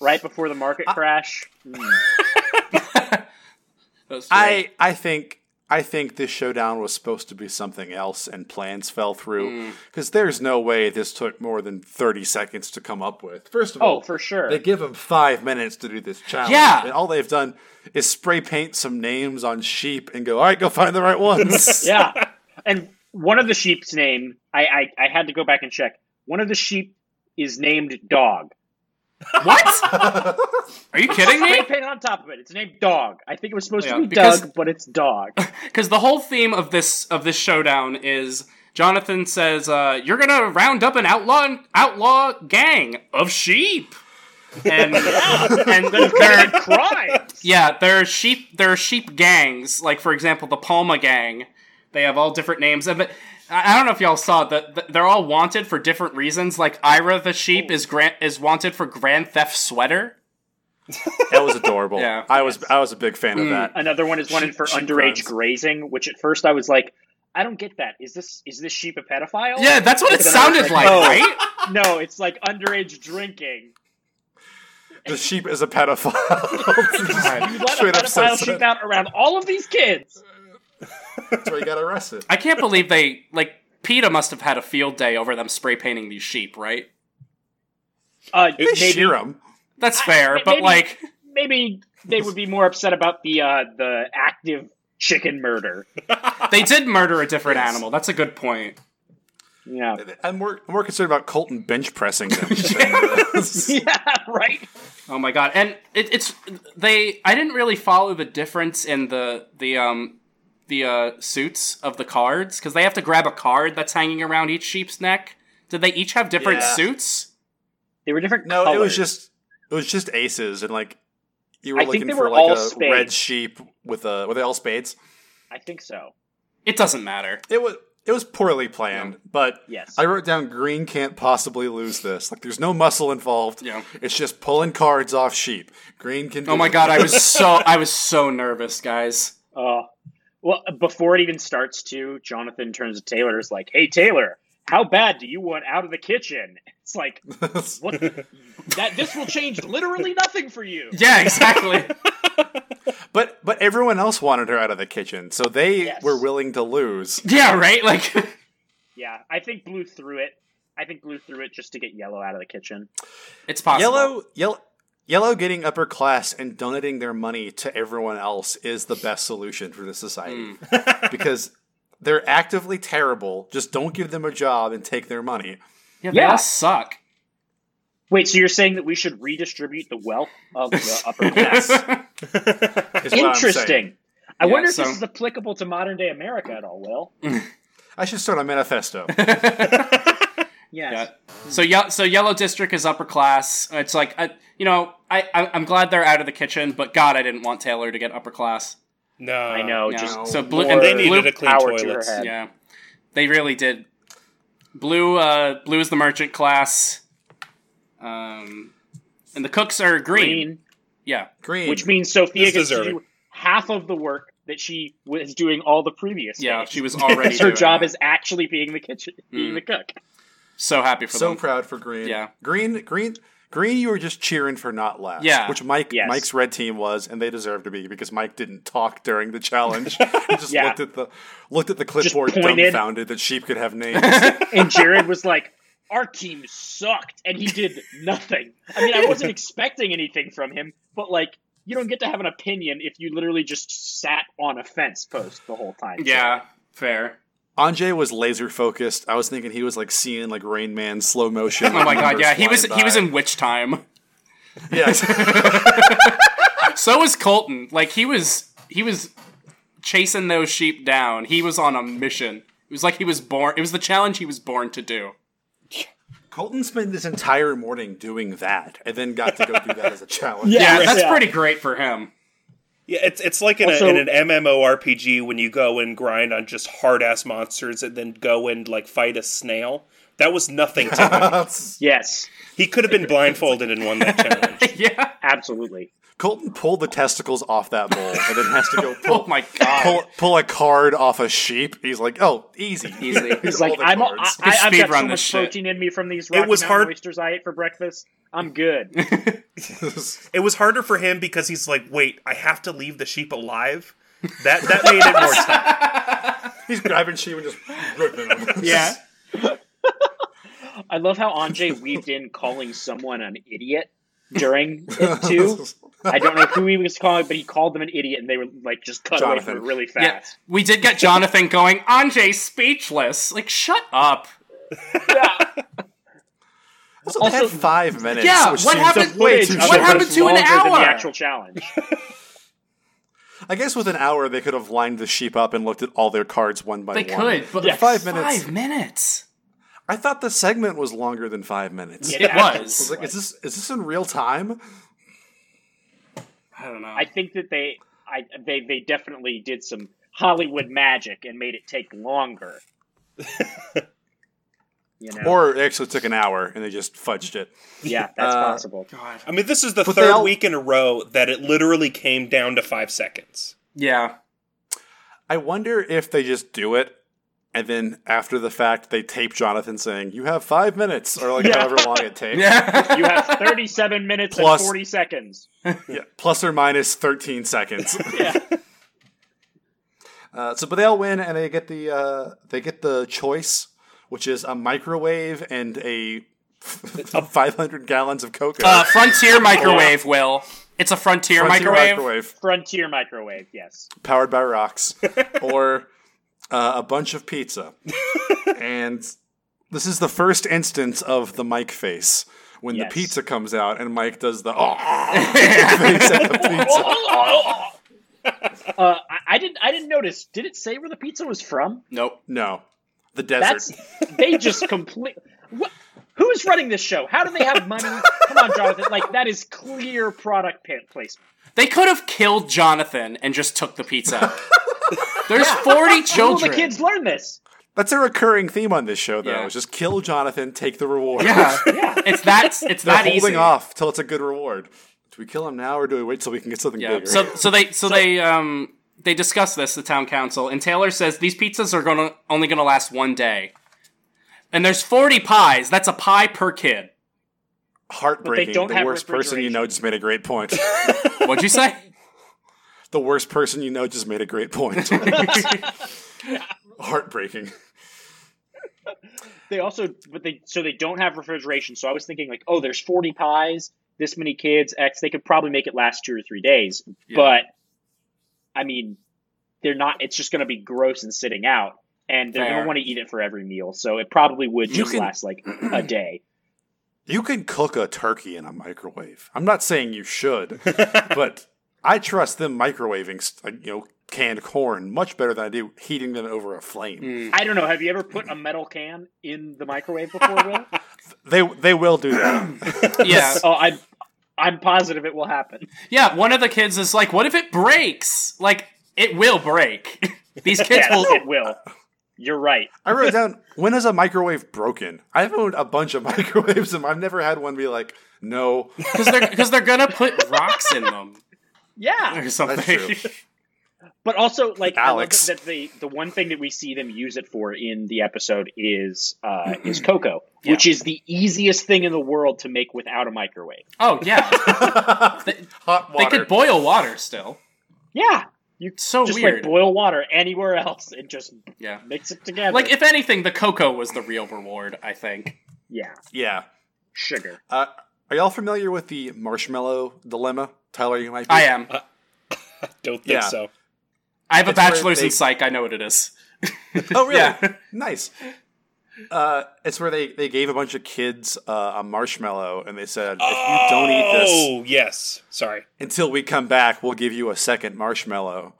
right before the market crash. Mm.
That was great.
I I think I think this showdown was supposed to be something else and plans fell
Mm.
through because there's no way this took more than 30 seconds to come up with. First of all,
Oh, for sure.
They give them five minutes to do this challenge.
Yeah.
And all they've done is spray paint some names on sheep and go, all right, go find the right
*laughs*
ones.
yeah. And one of the sheep's name, I, I I had to go back and check. One of the sheep is named Dog.
What?
*laughs*
Are you kidding
Spray
me?
paint on top of it. It's named Dog. I think it was supposed
Yeah,
to be
because-
Doug, but it's
*laughs*
Dog.
Because the whole theme of this of this showdown is Jonathan says uh, you're gonna round up an outlaw outlaw gang of sheep, and and they're
Crimes.
Yeah, there are sheep. There are sheep gangs. Like for example, the Palma gang. They have all different names. And but I I don't know if y'all saw that that they're all wanted for different reasons. Like Ira the sheep is grant is wanted for grand theft sweater.
That was adorable.
Yeah.
I was I was a big fan of that.
Another one is wanted
Sheep-
for
sheep
underage
crimes.
grazing, which at first I was like, I don't get that. Is this is this sheep a pedophile?
Yeah, that's what it sounded like,
"Oh."
right?
No, it's like
*laughs*
underage drinking.
The sheep is a *laughs* pedophile.
You let
*laughs* Straight
a
up
pedophile
says
sheep
that.
out around all of these kids.
That's why he got arrested.
I can't believe they like PETA must have had a field day over them spray painting these sheep, right?
Uh,
They
maybe-
shear him.
That's fair,
may-
but
maybe-
like
maybe they would be more upset about the uh, the active chicken murder.
they did murder a different animal. That's a good point.
Yeah.
I'm more, I'm more concerned about Colton bench pressing them. than, uh,
*laughs* yeah, right.
Oh my god! And it, it's they. I didn't really follow the difference in the the um the uh, suits of the cards because they have to grab a card that's hanging around each sheep's neck. Did they each have different
Yeah.
suits?
They were
*laughs*
different
No, it was
colors.
just it was just aces and like you were
I think
looking
they
for
were
like
all
a
spades.
red sheep with a were they all spades?
I think so.
It doesn't matter.
It was it was poorly planned, but
Yes.
I wrote down green can't possibly lose this. Like there's no muscle involved.
Yeah.
It's just pulling cards off sheep. Green can do
Oh my
it.
god! I was so I was so nervous, guys.
*laughs*
Uh, well, before it even starts, too, Jonathan turns to Taylor. and is like, "Hey, Taylor, how bad do you want out of the kitchen?" *laughs* It's
*laughs*
like, what? that this will change literally nothing for you.
Yeah, exactly.
But but everyone else wanted her out of the kitchen, so they
Yes.
were willing to lose.
yeah, right. Like *laughs*
Yeah, I think Blue threw it. I think Blue threw it just to get Yellow out of the kitchen.
it's possible.
Yellow yellow Yellow getting upper class and donating their money to everyone else is the best solution for this society. *laughs* because they're actively terrible. Just don't give them a job and take their money.
Yeah, they
Yeah.
all suck.
Wait, so you're saying that we should redistribute the wealth
*laughs*
of the upper class?
*laughs*
is what I'm saying.
Interesting. I
Yeah,
wonder if
so-
this is applicable to modern day America at all, Will.
I should start a manifesto.
Yes.
Yeah. So ye- so yellow district is upper class. It's like I, you know I, I I'm glad they're out of the kitchen, but God, I didn't want Taylor to get upper class.
No,
I know.
Yeah.
Just
so blue
more-
and
Oh, They
blue,
needed a clean
power to her
toilet.
head.
Yeah, they really did. Blue, uh, blue is the merchant class, um, and the cooks are green.
green,
Yeah,
Green.
which means Sophia
It's
gets to
deserving.
do half of the work that she was doing all the previous.
yeah,
days.
she was already.
*laughs* Her
doing Mm.
job
that.
is actually being the kitchen, being the cook.
so happy for
so
them.
proud for Green.
Yeah.
Green Green Green you were just cheering for not last.
Yeah.
Which Mike
Yes.
Mike's red team was, and they deserved to be because Mike didn't talk during the
*laughs*
challenge. he just
Yeah.
looked at the looked at the clipboard
pointed.
dumbfounded that sheep could have names.
*laughs*
And Jared was like, "Our team sucked," and he did nothing.
*laughs*
I mean, I wasn't expecting anything from him, but like, you don't get to have an opinion if you literally just sat on a fence post the whole time.
Yeah, fair.
Anjay was laser focused. I was thinking he was like seeing like Rain Man slow motion.
Oh my god, yeah, he was
Flying
he was
by.
in witch time.
*laughs*
*laughs*
Yes.
So was Colton. Like he was he was chasing those sheep down. He was on a mission. It was like he was born. It was the challenge he was born to do.
Colton spent this entire morning doing that, and then got to go do that as a challenge.
*laughs* Yeah,
right.
that's
Yeah.
pretty great for
*laughs*
him.
Yeah, it's it's like in,
Also-
a, in an MMORPG when you go and grind on just hard ass monsters and then go and like fight a snail. That was nothing to him.
That's-
Yes,
He could have been blindfolded and won that *laughs* challenge.
Yeah.
absolutely.
Colton pulled the testicles off that bull, and then has to go pull,
Oh my god.
pull, pull a card off a sheep. He's like, "Oh, *laughs* easy,
Easily.
He's like, I'm, I,
cards.
I,
Just
I've
speed
got
run
so
this
much
shit.
protein in me from these Rocky
was
Mountain
hard-
oysters I ate for breakfast. I'm good.
It was harder for him because he's like, wait, I have to leave the sheep alive. That that made it *laughs* more tough.
He's grabbing Shima and just *laughs* ripping him.
Yeah.
I love how Andre weaved in calling someone an idiot during it too. I don't know who he was calling, but he called them an idiot, and they were like just cut away from
Jonathan.
it really
Yeah,
fast.
we did get Jonathan going, Anjay speechless. Like, shut up.
Also, they had five minutes.
Yeah,
which
what
seems
happened-
Way
Footage
too
what
of it
short.
was
happened to an
longer than
hour?
The actual challenge.
I guess with an hour they could have lined the sheep up and looked at all their cards one by
They
one.
could, but
Yes.
Five minutes.
Five minutes.
I thought the segment was longer than five minutes.
*laughs* It
I was
was.
like, is this is this in real time?
I don't know.
I think that they, I they they definitely did some Hollywood magic and made it take
*laughs*
longer. you know,
Or it actually took an hour and they just fudged it.
yeah, that's
uh,
possible.
God.
I mean, this is the
But they
third
all-
week in a row that it literally came down to five seconds.
Yeah.
I wonder if they just do it and then after the fact they tape Jonathan saying, You have five minutes or like however long
*laughs*
it takes.
Yeah.
You have 37 minutes
Plus-
and 40 seconds.
Yeah, plus or minus 13 seconds.
*laughs* Yeah.
Uh, so, but they all win, and they get the uh, they get the choice, which is a microwave and a *laughs* 500 gallons of cocoa.
Uh, frontier microwave, Will. It's a frontier,
Frontier
microwave. *laughs*
Frontier microwave, yes.
powered by
*laughs*
rocks, or uh, a bunch of pizza. and this is the first instance of the Mike face when
Yes.
the pizza comes out, and Mike does the *laughs* oh face at the
*laughs*
pizza.
Uh, I, I didn't. I didn't notice. Did it say where the pizza was from?
Nope.
No, the desert.
That's they just complete. What? Who's running this show? How do they have money? Come on, Jonathan. Like that is clear product pa- placement.
They could have killed Jonathan and just took the
*laughs*
pizza. There's 40
Will
children.
the kids learn this?
That's a recurring theme on this show, though.
Yeah.
Is just kill Jonathan, take the reward.
*laughs* Yeah. It's that it's
They're
that
holding
easy.
off till it's a good reward. Do we kill him now, or do we wait till we can get something
Yeah.
bigger?
So so they so they um they discuss this the town council and Taylor says these pizzas are going to only going to last one day. And there's 40 pies. That's a pie per kid.
*laughs* Heartbreaking.
But they don't
the
have
worst person you know just made a great
*laughs*
point.
What'd you
*laughs*
say?
the worst person you know just made a great
*laughs*
point. *laughs* Heartbreaking.
They also, but they so they don't have refrigeration. So I was thinking like, oh, there's 40 pies, this many kids, X. They could probably make it last two or three days, but I mean, they're not. It's just going to be gross and sitting out, and they're going
Fair.
to want to eat it for every meal. So it probably would just
can-
last like a day.
You can cook a turkey in a microwave. I'm not saying you
*laughs*
should, but I trust them microwaving, s- like, you know, canned corn much better than I do heating them over a flame.
Hmm.
I don't know. Have you ever put a metal can in the microwave before, Will?
They they will do that.
Yeah.
oh, I'm I'm positive it will happen.
Yeah, one of the kids is like, "What if it breaks?" Like, it will break. *laughs* These kids
Yes,
will.
it will. You're right.
I wrote down when is a microwave broken? I've owned a bunch of *laughs* microwaves and I've never had one be like, no,
Because they're, 'cause they're gonna put rocks in them
Yeah,
or something.
That's *laughs*
but also like I love
Alex.
that the the one thing that we see them use it for in the episode is uh, is cocoa, which is the easiest thing in the world to make without a microwave.
*laughs* Oh yeah,
hot
they
water.
could boil water still.
Yeah, you
It's so
just like
weird.
boil water anywhere else and just
yeah.
mix it together.
Like if anything, the cocoa was the real reward. I think.
yeah,
yeah.
sugar.
Uh, are y'all familiar with the marshmallow dilemma? Tyler, you might be.
I am.
Don't think
Yeah.
so.
I have a
It's where
bachelor's
they-
in psych. I know what it is.
Oh, really?
Yeah.
*laughs* Nice. Uh, it's where they, they gave a bunch of kids uh, a marshmallow and they said, if you don't eat this
Oh yes, sorry.
until we come back, we'll give you a second marshmallow.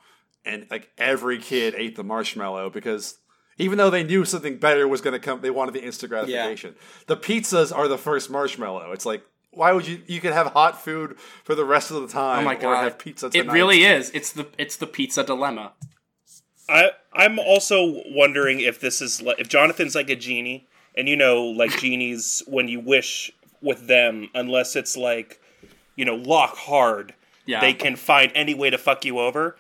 And like every kid ate the marshmallow because even though they knew something better was going to come, they wanted the instant gratification. The pizzas are the first marshmallow. It's like, why would you? You could have hot food for the rest of the time
Oh my
or
god,
have pizza
it
tonight.
really is. It's the it's the pizza dilemma.
I I'm also wondering if this is like, if Jonathan's like a genie, and you
*laughs*
know, like genies when you wish with them, unless it's like, you know, lock hard,
Yeah.
they can find any way to fuck you over.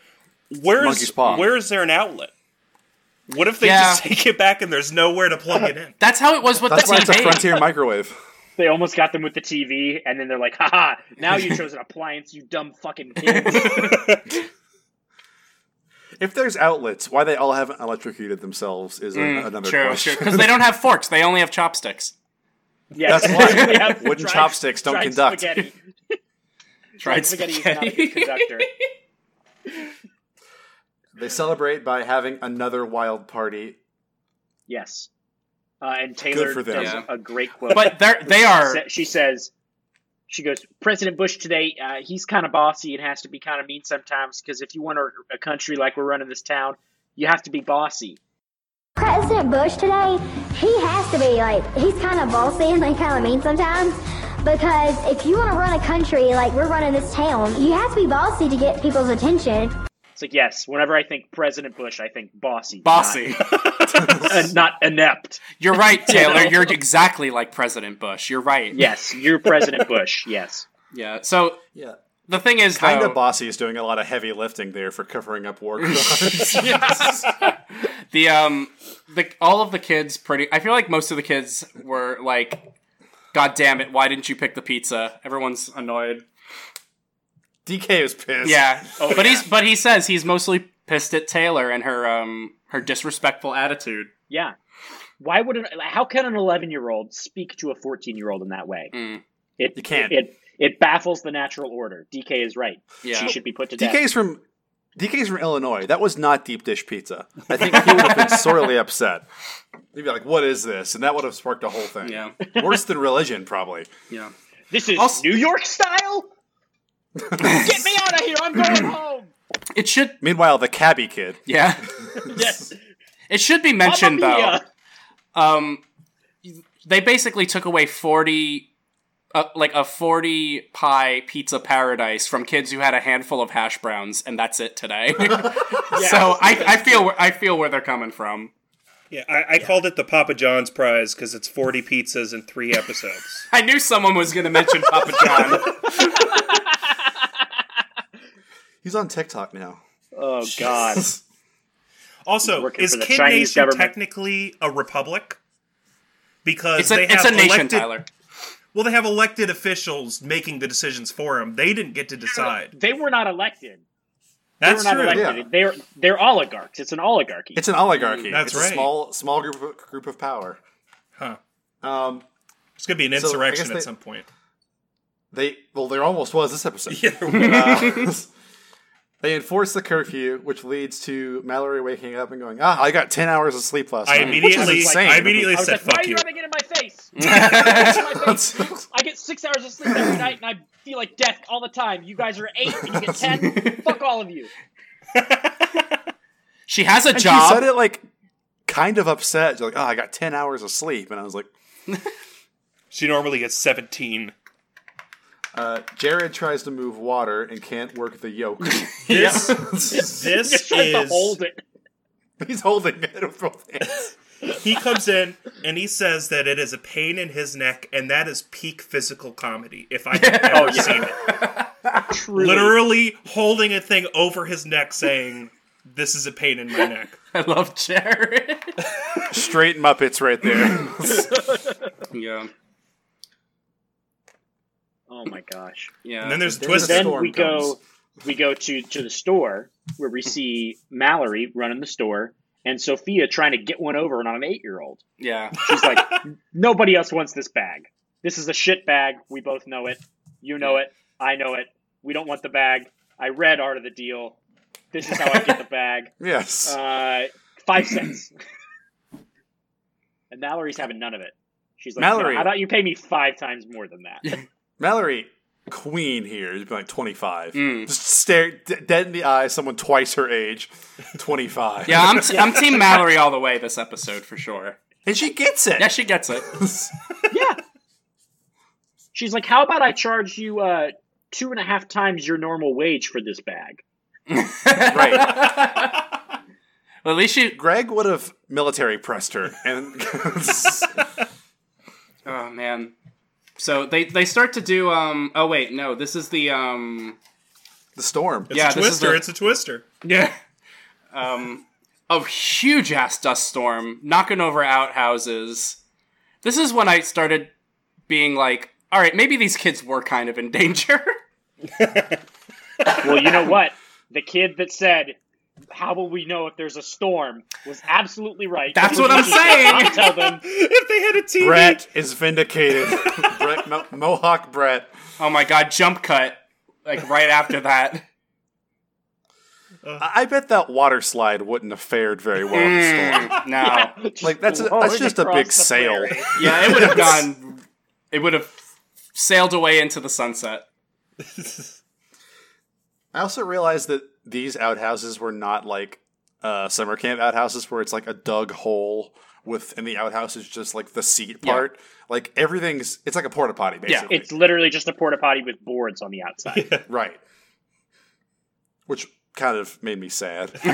Where's
Monkey's paw.
where is there an outlet? What if they
Yeah.
just *laughs* take it back and there's nowhere to plug it in?
That's how it was with
That's
the
why it's a
TV. *laughs*
frontier microwave.
They almost got them with the TV, and then they're like,
*laughs*
"Haha! Now you chose an appliance, you dumb fucking kids."
If there's outlets, why they all haven't electrocuted themselves is a,
Mm,
another
Sure,
question.
sure. Because they don't have forks; they only have chopsticks.
Yes.
That's why
*laughs* We have
wooden
dried-
chopsticks don't
dried
conduct. *laughs*
Spaghetti.
Dried
spaghetti is not a good
*laughs*
conductor.
*laughs* They celebrate by having another wild party.
Yes. Uh, and Taylor
for them.
does
Yeah.
a great quote.
but they're they are
Sa- she says, she goes, President Bush today, uh, he's kind of bossy and has to be kind of mean sometimes because if you want a, a country like we're running this town, you have to be bossy.
President Bush today, he has to be like, he's kind of bossy *laughs* and like kind of mean sometimes. Because if you want to run a country like we're running this town, you have to be bossy to get people's attention.
It's like, yes, whenever I think President Bush, I think
*laughs*
bossy.
bossy.
Not, *laughs* uh, not inept.
You're right, *laughs* Taylor. You're exactly like President Bush. You're right.
Yes, you're President Bush. Yes.
Yeah. So
Yeah.
the thing is,
Kind
though,
of bossy is doing a lot of heavy lifting there for covering up war crimes.
*laughs* the um the all of the kids pretty I feel like most of the kids were like God damn it, why didn't you pick the pizza? Everyone's annoyed.
DK is pissed.
Yeah. but he's but he says he's mostly pissed at Taylor and her um her disrespectful attitude.
Yeah. Why would an how can an eleven year old speak to a fourteen year old in that way? It
You can't.
It it baffles the natural order. DK is right.
Yeah.
She should be put to death.
DK's from DK's from Illinois. That was not deep dish pizza. I think he would have
*laughs*
been sorely upset. He'd be like, "What is this?" And that would have sparked a whole thing.
Yeah.
Worse than religion, probably.
Yeah.
This is
Also-
New
*laughs*
York style. Get me out of here! I'm going home.
It should
Meanwhile, the cabbie kid.
yeah.
Yes,
It should be mentioned
Mamma
though.
mia.
Um they basically took away 40 uh, like a 40 pie pizza paradise from kids who had a handful of hash browns and that's it today. So I, I feel where- I feel where they're coming from.
Yeah, I, I called it the Papa John's prize because it's forty pizzas in three episodes.
I knew someone was going to mention Papa *laughs* John.
He's on TikTok now.
Oh God.
also,
Working
is
for the
Kid
Chinese
Nation
government.
technically a republic? Because
It's a,
they
it's
have
a nation,
elected,
Tyler.
Well, they have elected officials making the decisions for them. They didn't get to decide.
They were not elected. They
That's
were not
true.
elected.
yeah.
They're they're oligarchs. It's an oligarchy.
It's an oligarchy.
That's
It's
right.
A small small group of, group of power.
Huh.
Um,
It's gonna be an
So, I
insurrection
guess
at
they-
some point.
they well, there almost was this episode.
*laughs* Yeah,
Uh, *laughs* they enforce the curfew, which leads to Mallory waking up and going, "Ah, I got ten hours of sleep last
I
night." which is
immediately,
insane. *laughs*
I immediately
I was
said,
like, why
"Fuck
are you
you."
rubbing it in
*laughs*
my face? It's my face. I get six hours of sleep every night, and I feel like death all the time. You guys are eight, and you
*laughs*
get ten. Fuck all of you.
She has a
She
job.
said it like kind of upset. She's like, "Oh, I got ten hours of sleep," and I was like,
She normally gets seventeen.
uh, "Jared tries to move water and can't work the *laughs* yoke.
This,
*laughs* Just
this
trying to hold
is.
it.
He's holding it with both hands.
He comes in and he says that it is a pain in his neck, and that is peak physical comedy. If I have ever seen it,
Truly.
literally holding a thing over his neck, saying, "This is a pain in my neck."
*laughs* I love Jared.
Straight Muppets right there."
yeah.
Oh my gosh.
Yeah.
And then there's a
There's a
twist.
then
storm
we go
comes.
we go to to the store where we see Mallory running the store and Sophia trying to get one over on an eight year old.
yeah.
She's
*laughs*
like, nobody else wants this bag. This is a shit bag. We both know it. You know it. I know it. We don't want the bag. I read Art of the Deal. This is how I get the
*laughs*
bag.
*clears throat* yes.
Uh, five cents. and Mallory's having none of it. She's like,
Mallory-
"No, how about you pay me five times more than
*laughs*
that?
Mallory Queen here is like 25.
Mm.
Just stare d- dead in the eye, someone twice her age, 25.
*laughs* Yeah, I'm, t- I'm Team Mallory all the way this episode for sure.
And she gets it.
Yeah, she gets it.
yeah. She's like, how about I charge you uh, two and a half times your normal wage for this bag?
*laughs* right.
Well, at least she.
Greg would have military pressed her. And *laughs*
Oh man. So they they start to do um. Oh wait, no. This is the um.
the storm.
yeah,
it's a
this is
twister.
the-
It's a twister. *laughs*
Yeah. Um, a huge ass dust storm knocking over outhouses. This is when I started being like, all right, maybe these kids were kind of in *laughs* danger. *laughs*
Well, you know what? The kid that said, how will we know if there's a storm? Was absolutely right.
That's what I'm saying.
I tell them
*laughs*
if they had a TV,
Brett is vindicated. *laughs* Brett, Mo- Mohawk Brett.
Oh my god, jump cut. Like right after that.
I I bet that water slide wouldn't have fared very well in the storm.
No.
Like that's a, that's
blowing
just a
across
big
the
sail.
prairie.
*laughs* Yeah, it would have gone it would have sailed away into the sunset.
I also realized that these outhouses were not like uh, summer camp outhouses where it's like a dug hole with and the outhouse is just like the seat
Yeah.
part. Like everything's it's like a porta potty
Yeah,
basically.
it's literally just a porta potty with boards on
*laughs*
the outside.
right. Which kind of made me sad. *laughs*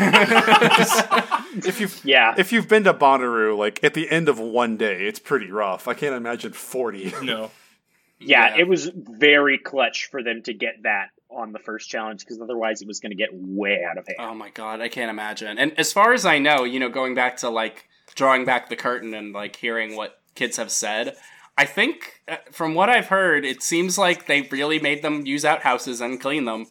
if you've
Yeah.
if you've been to Bonnaroo, like at the end of one day, it's pretty rough. I can't imagine forty.
no.
yeah,
Yeah.
it was very clutch for them to get that on the first challenge because otherwise it was going to get way out of hand.
Oh my god, I can't imagine. And as far as I know, you know, going back to like drawing back the curtain and like hearing what kids have said, I think uh, from what I've heard, it seems like they really made them use outhouses and clean them.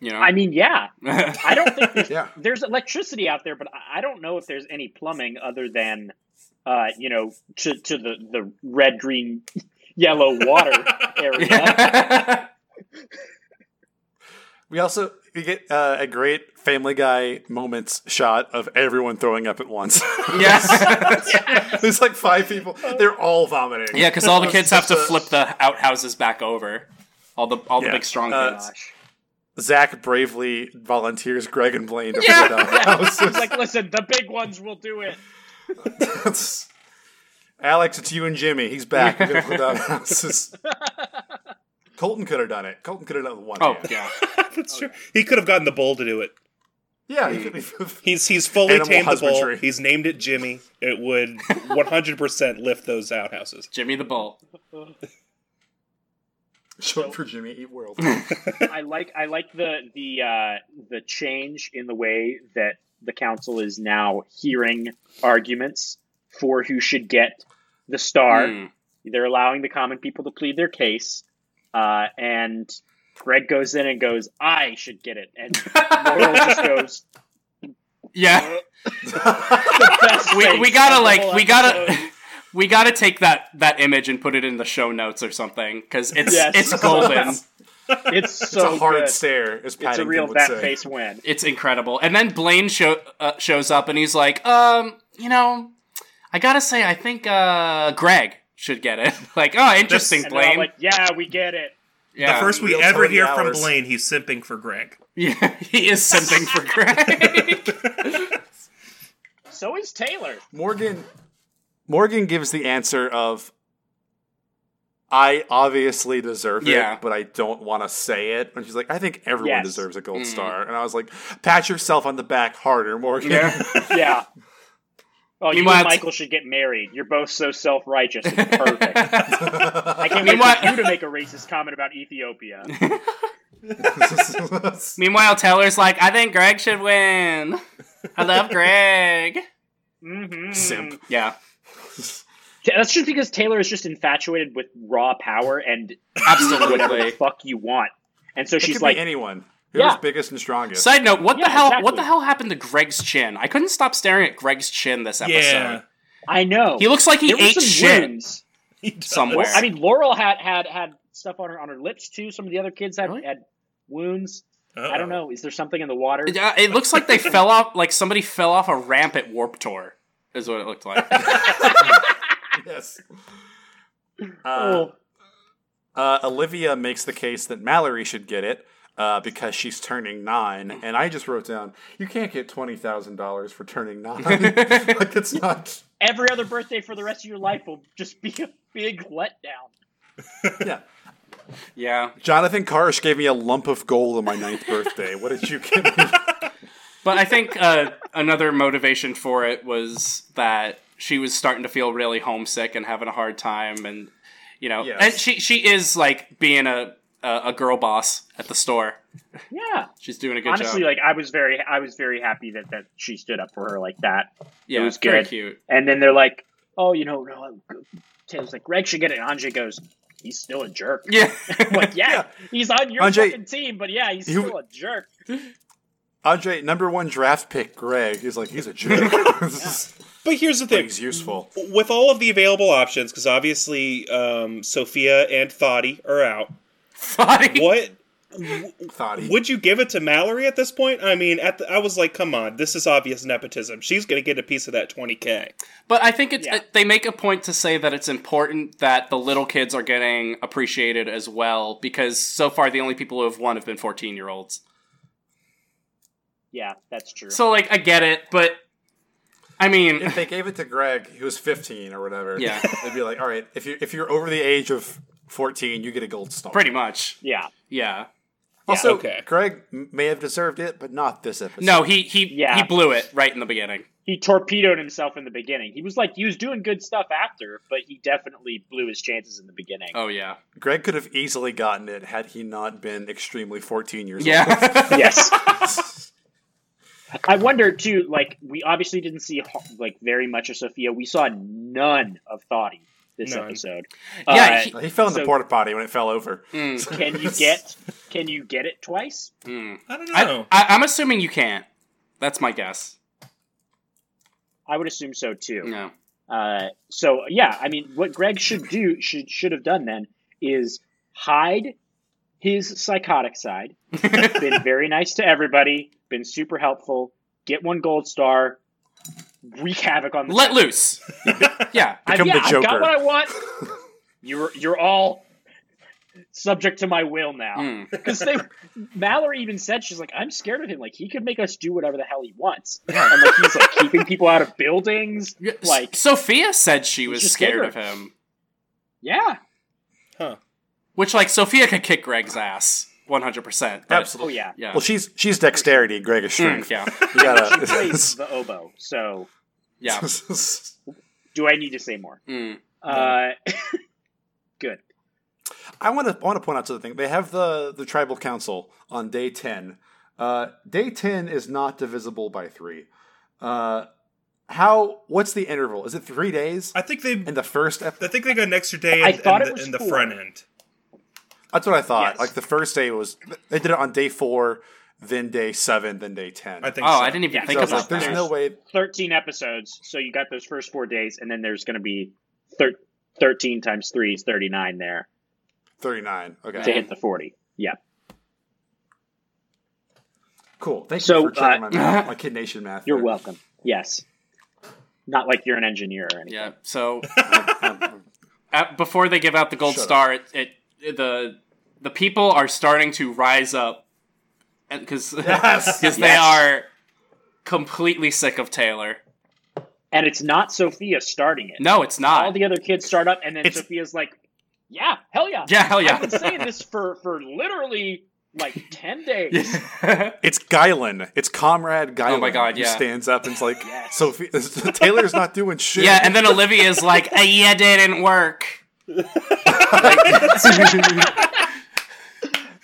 You know, *laughs*
I mean, yeah, I don't think there's,
Yeah.
there's electricity out there, but I I don't know if there's any plumbing other than, uh, you know, to to the the red, green, *laughs* yellow water area.
We also we get uh, a great Family Guy moments shot of everyone throwing up at once. *laughs*
yes.
There's like five people. They're all vomiting.
Yeah, because all the kids have to
Just a-
flip the outhouses back over. All the all the
Yeah.
big strong
Uh,
kids.
Zach bravely volunteers Greg and Blaine to
Yeah.
put out *laughs*
It's like, listen, the big ones will do it.
houses. Alex, it's you and Jimmy. He's back. We're gonna put out
*laughs*
houses. Colton could have done it. Colton could have done it with one.
Oh
hand.
yeah,
That's true. He could have gotten the bull to do it.
yeah. He could be.
He's he's fully
Animal
tamed the bull.
husbandry.
He's named it Jimmy. It would 100% lift those outhouses.
*laughs* Jimmy the Bull.
*laughs* Short for Jimmy Eat
*laughs*
World.
I like I like the the uh, the change in the way that the council is now hearing arguments for who should get the star.
Mm.
They're allowing the common people to plead their case, uh, and Greg goes in and goes, "I should get it," and
*laughs*
Laurel just goes,
Uh,
Yeah,
"Best
we,
face
we
of
gotta
the
like
whole
we gotta
episode."
we gotta take that that image and put it in the show notes or something because *laughs* it's
Yes.
it's
*laughs*
golden.
It's
It's
so
a hard
good.
stare, as
It's a
Paddington
real
would
bat
say.
face win.
It's incredible. And then Blaine show, uh, shows up and he's like, um, you know, I gotta say, I think uh, Greg should get it. *laughs* like, oh, interesting,
And they're all
Blaine.
like, "Yeah, we get it."
yeah.
the first we
Real
ever
Tony
hear from
hours.
Blaine, he's simping for Greg.
*laughs* yeah, he is simping for Greg. *laughs*
So is Taylor.
Morgan Morgan gives the answer of I obviously deserve
Yeah.
it, but I don't want to say it. And she's like, I think everyone
Yes. Mm.
deserves a gold star. And I was like, pat yourself on the back harder, Morgan. *laughs*
*laughs*
Yeah. Oh, you
Meanwhile,
and
it's-
Michael should get married. You're both so self righteous.
*laughs*
It's perfect. I can't wait
Meanwhile-
for you to make a racist comment about Ethiopia. *laughs*
Meanwhile, Taylor's like, I think Greg should win. I love
*laughs*
Greg.
hmm
Simp.
Yeah,
That's just because Taylor is just infatuated with raw power and whatever the
absolutely.
fuck you want. And so
It
she's
could
like,
be anyone. Who's
Yeah.
biggest and strongest?
Side note: What
Yeah,
the hell? What
exactly.
the hell happened to Greg's chin? I couldn't stop staring at Greg's chin this episode.
I know.
He looks like he
There were
ate
some
shit
wounds.
somewhere.
I mean, Laurel had, had, had stuff on her on her lips too. Some of the other kids had,
Really?
had wounds.
Uh-oh.
I don't know. Is there something in the water?
yeah, it looks like they fell off. Like somebody fell off a ramp at Warp Tour. Is what it looked
*laughs*
like.
yes. Uh,
Oh.
uh, Olivia makes the case that Mallory should get it uh, because she's turning nine, and I just wrote down, "You can't get twenty thousand dollars for turning nine. *laughs* like it's not.
Every other birthday for the rest of your life will just be a big letdown.
Yeah.
yeah,
Jonathan Karsh gave me a lump of gold on my ninth birthday. What did you give me?
but I think uh, another motivation for it was that she was starting to feel really homesick and having a hard time, and you know,
Yes.
and she she is like being a a, a girl boss at the store.
Yeah.
She's doing a good
Honestly,
job.
like I was very I was very happy that, that she stood up for her like that.
yeah,
was
very
good.
cute.
And then they're like, Oh, you know, no Taylor's like, Greg should get it. And Anjay goes, He's still a jerk.
Yeah. *laughs*
I'm like, yeah, he's on your
Anjay-
fucking team, but yeah, he's
You-
still a jerk.
Andre, number one draft pick, Greg. He's like, he's a jerk. This is-
But here's the thing:
He's useful.
with all of the available options, because obviously um, Sophia and Thoughty are out.
Thought
What
Thought he.
would you give it to Mallory at this point? I mean, at the, I was like, come on, this is obvious nepotism. She's going to get a piece of that twenty k.
But I think it's
Yeah.
they make a point to say that it's important that the little kids are getting appreciated as well because so far the only people who have won have been 14 year olds.
Yeah, that's true.
So like I get it, but I mean
if they gave it to Greg, who was 15 or whatever,
Yeah.
*laughs* they'd be like, all right, if you're if you're over the age of 14, you get a gold star.
*laughs* pretty much.
yeah,
Yeah.
Also,
okay.
Greg m- may have deserved it, but not this episode.
No, he he
Yeah.
he blew it right in the beginning.
he torpedoed himself in the beginning. He was like he was doing good stuff after, but he definitely blew his chances in the beginning.
Oh yeah.
Greg could have easily gotten it had he not been extremely 14 years old.
Yeah.
Yes. *laughs* I wonder too. Like we obviously didn't see ho- like very much of Sophia. We saw none of Thoughty this
None.
episode.
Yeah,
Uh,
*laughs*
he-
He fell in the
So-
porta potty when it fell over. *laughs*
Mm,
can you get can you get it twice?
mm.
I don't
I,
know.
I, I'm assuming you can't. That's my guess.
I would assume so too.
No.
Uh, so yeah, I mean, what Greg should do should should have done then is hide his
*laughs*
psychotic side. been very nice to everybody. Been super helpful. Get one gold star. Wreak havoc on the
Let loose. yeah.
I,
Become
yeah,
the Joker.
I got what I want. You're you're all subject to my will now.
Hmm.
*laughs* Because they Mallory even said she's like, I'm scared of him. Like he could make us do whatever the hell he wants. And like he's like keeping people out of
*laughs*
buildings.
Yeah, S-
Like
Sophia said she was
just
scared
bigger.
of him,
yeah.
huh.
which like Sophia could kick Greg's ass 100%. but-
Oh
Absolutely.
yeah.
Yeah.
Well, she's she's dexterity, Greg is
Mm,
strength. *laughs*
yeah.
You gotta. *laughs*
Plays the oboe. So
Yeah.
do I need to say more?
Hmm.
Mm.
Uh *laughs* good.
I want to I want to point out something. They have the the tribal council on day ten. Uh, day ten is not divisible by three. Uh, how? What's the interval? Is it three days?
I think they.
In the first, ep-
I think they got an extra day
I
in,
thought
in
it
the,
was
in the
four.
front end.
that's what I thought.
Yes.
Like the first day was they did it on day four, then day seven, then day ten.
I think.
Oh,
so.
I didn't even
Yeah,
think
so
about
like, there's
that.
no way.
13 episodes. So you got those first 4 days and then there's going to be thir- 13 times 3 is 39 there
Thirty nine. Okay,
to hit the 40. Yeah.
cool. Thank
So,
you for checking
uh,
my math,
*laughs*
my kid nation math.
You're
there.
welcome. Yes. Not like you're an engineer or anything.
yeah.
*laughs*
So at, before they give out the gold
Shut up.
star, it, it, the the people are starting to rise up *laughs* because
Yes.
they are completely sick of Taylor.
And it's not Sophia starting it.
No, it's
All
not.
the other kids start up and then
It's-
Sophia's like, "Yeah, hell yeah."
yeah, hell
I've been saying this for for literally
*laughs*
like 10 days.
yeah.
It's Guylin. It's Comrade Guylin.
Oh my God,
who
yeah.
stands up and's like, Sophie, *laughs* Taylor's not
*laughs*
doing shit.
Yeah, and then Olivia's like, "Uh, "Yeah, they didn't
*laughs*
work."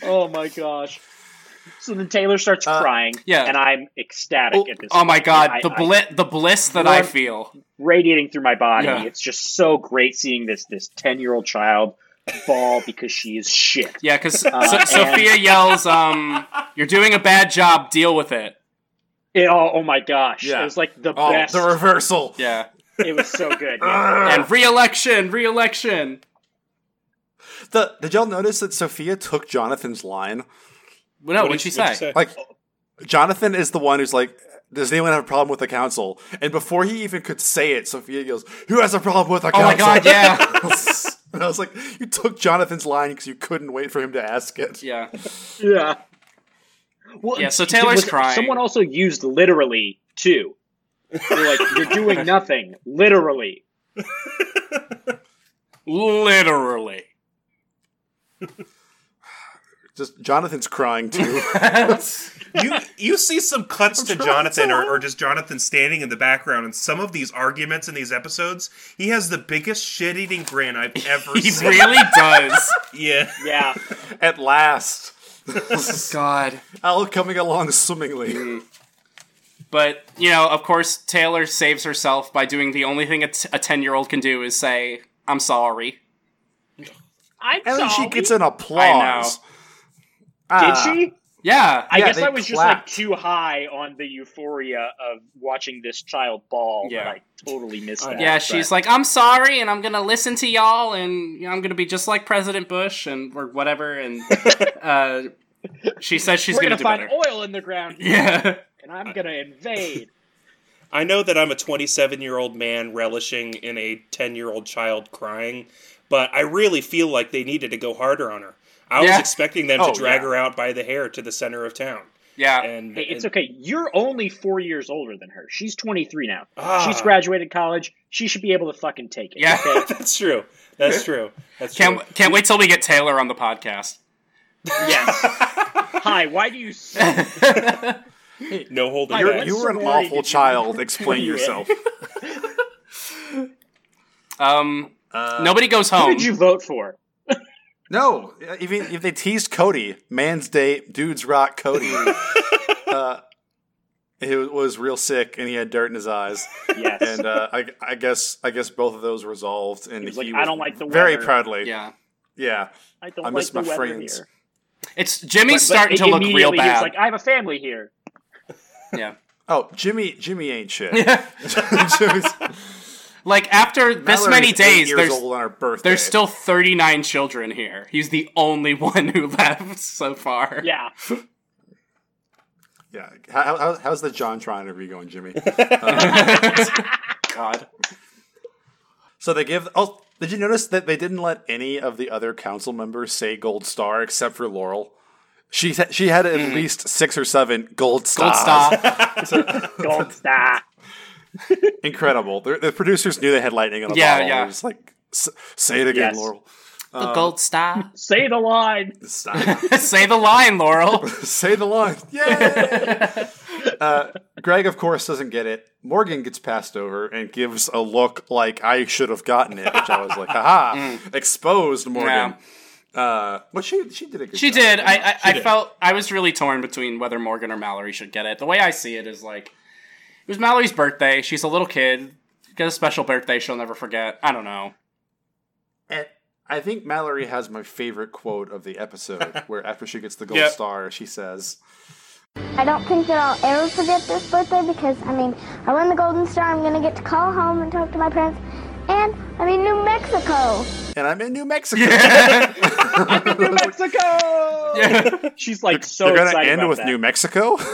Oh my gosh. So then Taylor starts
Uh,
crying,
yeah.
and I'm ecstatic at this.
Oh my
point.
god,
I-
the
I'm
bliss, the bliss that I
You're-
feel.
radiating through my body.
Yeah.
It's just so great seeing this this ten year old child ball because she is shit.
Yeah, because
and-
Sophia yells, um, "You're doing a bad job. Deal with it."
It- oh, oh my gosh,
Yeah.
it was like the
Oh,
best.
the reversal.
Yeah,
it was so
*laughs*
good. Yeah.
and re-election, re-election.
The, did y'all notice that Sophia took Jonathan's line?
Well, no,
What
what did
did
she
you- what'd
say?
you say?
Like, Jonathan is the one who's like, "Does anyone have a problem with the council?" And before he even could say it, Sophia goes, "Who has a problem with the
Oh
council?"
my god, yeah,
*laughs* and I was like, "You took Jonathan's line because you couldn't wait for him to ask it."
yeah,
yeah. Well,
Yeah, so
she-
Taylor's
was-
crying.
Someone also used literally too. They're like,
*laughs*
"You're doing nothing." Literally,
literally.
Just Jonathan's crying too. *laughs*
you you see some cuts to Jonathan or, or just Jonathan standing in the background in some of these arguments in these episodes. He has the biggest shit eating grin I've
*laughs*
ever
*laughs*
he
seen.
really does.
Yeah.
yeah.
At last,
God.
Al coming along swimmingly.
But you know, of course, Taylor saves herself by doing the only thing a ten-year-old can do is say, "I'm sorry."
I'm
And then she
sorry.
gets an
I know.
applause.
Did
Ah.
she?
Yeah.
I
Yeah,
guess
they
I was just like
clapped.
too high on the euphoria of watching this child ball.
Yeah.
that I totally missed
Oh,
that.
yeah, she's like, I'm sorry, and I'm gonna listen to y'all, and you know, I'm gonna be just like President Bush, and or whatever, and uh, she says she's
we're
gonna,
gonna,
do
find
better.
oil in the ground,
*laughs* Yeah,
and I'm
*laughs*
gonna invade.
I know that I'm a 27 year old man relishing in a 10 year old child crying, but I really feel like they needed to go harder on her. I
Yeah.
was expecting them
Oh,
to drag
yeah.
her out by the hair to the center of town.
yeah,
And
Hey, it's
and-
okay. You're only four years older than her. She's 23 now.
Ah.
She's graduated college. She should be able to fucking take it.
yeah. *laughs*
that's true. That's true. That's true.
Can't can't wait till we get Taylor on the podcast.
Hi, why do you? suck?
no holding
You're-
back.
You were an
Somebody did
awful
you-
child. Explain
*laughs* Yeah.
yourself.
*laughs* Um, nobody goes home.
Who did you vote for?
*laughs*
No, even if they teased Cody, man's day, dudes rock
*laughs*
Cody. uh, it was real sick, and he had dirt in his eyes.
Yes.
And uh, I, I guess, I guess both of those resolved. And
He
he
was
was,
like, "I don't like the
very
weather."
proudly.
yeah,
yeah.
I don't
I
like
miss my
the weather
friends.
here.
it's Jimmy's
But
starting to look real
immediately he was
bad.
like, "Ah." I have a family here.
yeah.
Oh, Jimmy, Jimmy ain't
*laughs*
shit. Jimmy's-
Like after this
Mallory's
many
eight
days,
years
there's
old on her birthday.
there's still 39 children here. He's the only *laughs* one who left so far.
*laughs* Yeah.
yeah. How, how, how's the John trying to re going,
*laughs*
Jimmy?
God.
So they give. Oh, did you notice that they didn't let any of the other council members say gold star except for Laurel? She sa- she had at least six or seven gold
Gold
stars.
star.
Gold star.
Incredible. The, the producers knew they had lightning on the
Yeah,
bottle.
yeah.
They're just like "S- say it again,
Yes.
Laurel.
the gold star.
Say the line.
Stop.
Say the line, Laurel.
say the line. Yay! uh, Greg, of course, doesn't get it. Morgan gets passed over and gives a look like I should have gotten it, which I was like, haha, exposed, Morgan. Uh, but she she did a good
She
job.
did. I I, I felt I was really torn between whether Morgan or Mallory should get it. The way I see it is like it was Mallory's birthday. She's a little kid. Get a special birthday she'll never forget. I don't
*laughs*
know.
And I think Mallory has my favorite quote of the episode, where after she gets the gold
Yep.
star, she says,
I don't think that I'll ever forget this birthday because, I mean, I won the Golden Star. I'm going to get to call home and talk to my parents. And I'm in New Mexico.
"And I'm in New *laughs* Mexico."
*laughs* New Mexico. She's like so
They're gonna
excited
end
about
with
that.
New Mexico. *laughs*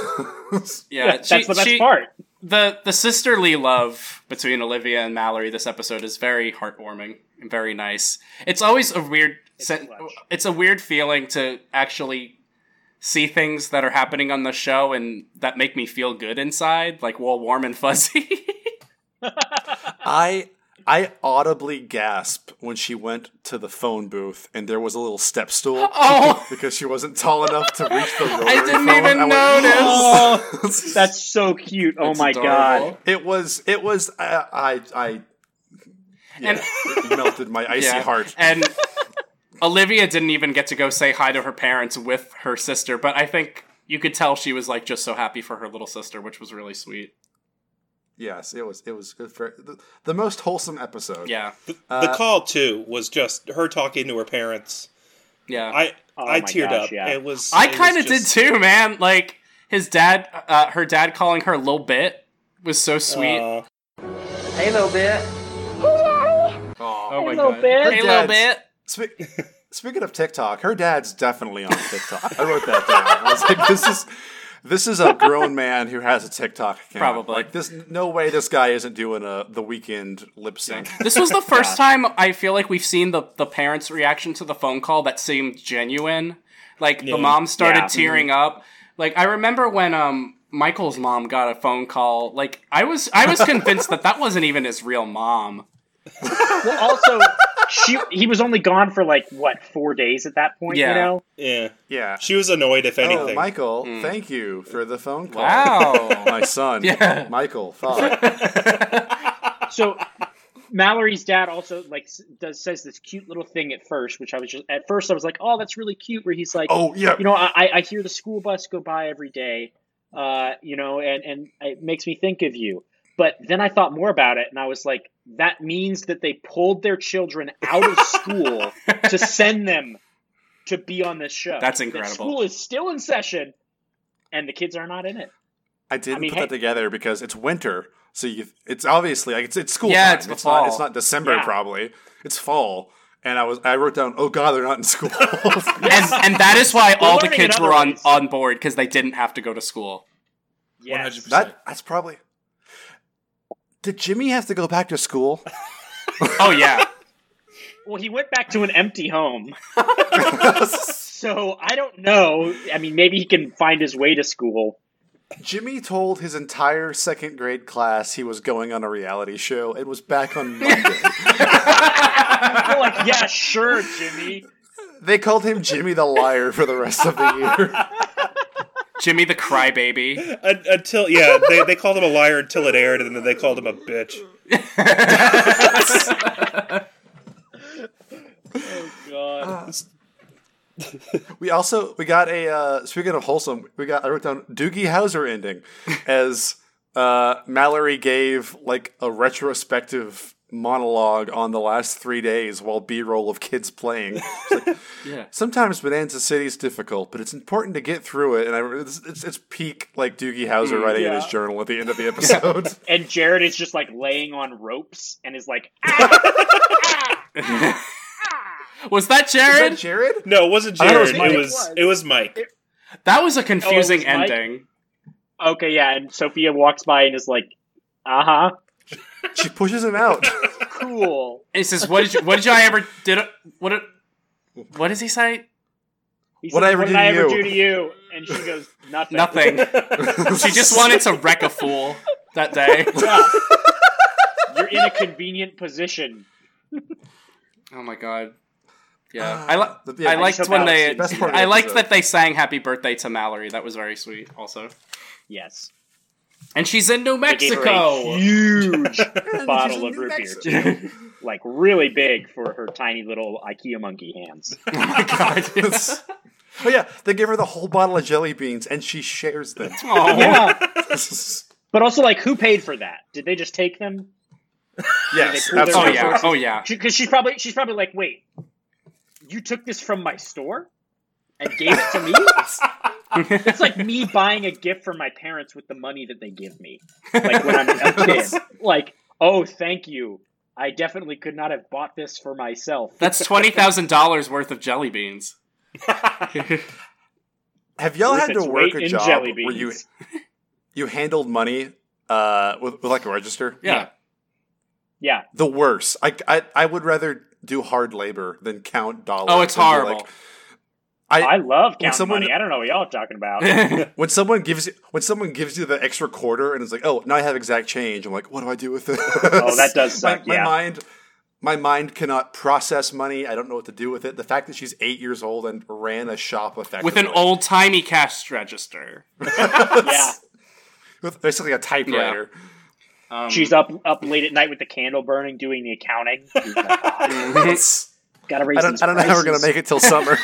Yeah,
That's the best part.
The the sisterly love between Olivia and Mallory this episode is very heartwarming and very nice. It's always a weird it's,
clutch.
it's a weird feeling to actually see things that are happening on the show and that make me feel good inside, like well warm and fuzzy. *laughs*
I I audibly gasp when she went to the phone booth and there was a little step stool *laughs*
oh,
because she wasn't tall enough to reach
*laughs*
the rotary
I didn't
phone. I
even
went,
notice.
Oh. *laughs* That's so cute. Oh my god.
It was it was I I, I yeah, it melted my icy
Yeah.
heart.
And
*laughs*
Olivia didn't even get to go say hi to her parents with her sister, but I think you could tell she was like just so happy for her little sister, which was really sweet.
Yes, it was it was good for the, the most wholesome episode.
Yeah.
the call too was just her talking to her parents.
Yeah. I,
I I
my
teared
gosh,
up.
yeah.
It was. it was
kind of
just-
did too, man. Like his dad uh, her dad calling her little bit was so sweet.
uh,
Hey, little bit.
Hey, Daddy.
Aw.
oh my
Little
god.
bit.
Hey,
Her
little
dad's-
bit.
Spe- speaking of TikTok, her dad's definitely on TikTok. I wrote that down. I was like, this is this is a grown man who has a TikTok account.
Probably.
like this. No way, this guy isn't doing a the weekend lip sync.
This
*laughs*
was the first time I feel like we've seen the, the parents' reaction to the phone call that seemed genuine. Like the mom started
Yeah. Mm-hmm.
tearing up. Like I remember when um Michael's mom got a phone call. Like I was I was convinced that that wasn't even his real mom.
Well, also, she he was only gone for like what four days at that point.
Yeah.
You know.
yeah,
Yeah.
she was annoyed if anything.
Oh, Michael, thank you for the phone call.
Hmm. Wow.
My son,
*laughs*
Yeah.
Michael, fuck.
So. Mallory's dad also like s- does says this cute little thing at first, which I was just at first I was like, oh, that's really cute. Where he's like,
Oh, yeah.
you know, I, I- I hear the school bus go by every day, uh, you know, and, and it makes me think of you. But then I thought more about it, and I was like, that means that they pulled their children out of
*laughs*
school to send them to be on this show.
That's
That
incredible.
school is still in session, and the kids are not in it.
I didn't
I mean,
put
hey-
that together because it's winter, so you it's obviously like it's it's school
Yeah,
time.
it's
It's,
the
not
fall.
it's not December
Yeah.
probably. It's fall, and I was I wrote down, oh god, they're not in
*laughs*
school.
*laughs* and, and that is why all the
learning in
kids
other
were on,
ways.
on board because they didn't have to go to
*laughs*
school.
Yes.
100%.
that that's probably. Did Jimmy have to go back to school?
Oh yeah,
Well, he went back to an
*laughs*
empty home. *laughs* so I don't know. I mean, maybe he can find his way to school.
Jimmy told his entire second grade class he was going on a reality show. It was back
*laughs*
on Monday.
They're like, yeah, sure, Jimmy.
they called him Jimmy the Liar for the rest of the year.
Jimmy the
*laughs*
crybaby.
Un- until yeah, they, they called him a liar until it aired, and then they called him a bitch.
God.
We also we got a uh, speaking of wholesome, we got I wrote down Doogie Howser ending as uh, Mallory gave like a retrospective monologue on the last three days while B roll of kids playing. It's like,
Yeah.
Sometimes Bonanza City is difficult, but it's important to get through it. And I, it's, it's, it's peak like Doogie Howser writing in his journal at the end of the episode.
and Jared is just like laying on ropes and is like,
*laughs*
ah!
Was that
Is
Jared?
that Jared?
No, it wasn't
I thought it was
Jared.
Mike.
It was it was Mike.
That was a confusing
Oh, it was Mike?
ending.
okay, yeah. And Sophia walks by and is like, uh huh,
She pushes him out.
cool.
He says, "What did you? What did I ever did? I- What? did- What does he say?
He
What I
says,
ever
what
do
did I
to
ever
you?"
do to you? And she goes, nothing.
Nothing. she just wanted to wreck a fool that day.
Yeah. *laughs* You're in a convenient position.
Oh my god. Yeah, I, li-
Yeah,
I
I
liked
just
when
hope
they.
Alex-
Ah. Best part of the
I liked
episode.
that they sang "Happy Birthday" to Mallory. That was very sweet. Also,
Yes.
and she's in New
They gave her a
Mexico.
*laughs*
huge bottle
in
of
New
root beer,
Mexico.
too. Like, really big for her tiny little IKEA monkey hands.
Oh
*laughs* It's- oh yeah, they give her the whole bottle of jelly beans, and she shares them.
Oh,
yeah. But also, like, who paid for that? Did they just take them?
yes,
pull
Oh
their
absolutely.
yeah. Oh yeah.
Because she's probably she's probably like, wait, you took this from my store and gave it
*laughs*
to me. it's like me buying a gift for my parents with the money that they give me, like when I'm
*laughs*
a kid. Like, oh, thank you. I definitely could not have bought this for myself.
That's twenty thousand dollars worth of jelly beans.
Have y'all
Worth
had to
its
work
weight
a
in
job
jelly
where you
beans.
you handled money uh, with, with like a register?
Yeah.
Yeah,
The worst. I, I I would rather do hard labor than count dollars.
Oh, it's
and be
horrible.
like- I,
I love counting
someone-
money. I don't know what y'all are
*laughs*
talking about.
when someone gives you when someone gives you the extra quarter and it's like, oh, now I have exact change. I'm like, what do I do with this? Oh,
that does
*laughs*
suck,
My,
yeah.
mind, my mind cannot process money. I don't know what to do with it. The fact that she's eight years old and ran a shop effectively
With an old timey
*laughs*
cash register.
yeah,
with basically a typewriter.
Um,
she's up up late at night with the candle burning, doing
*laughs*
the accounting. Got to raise.
I don't,
these
I don't know how we're gonna
prices.
make it
*laughs*
till summer.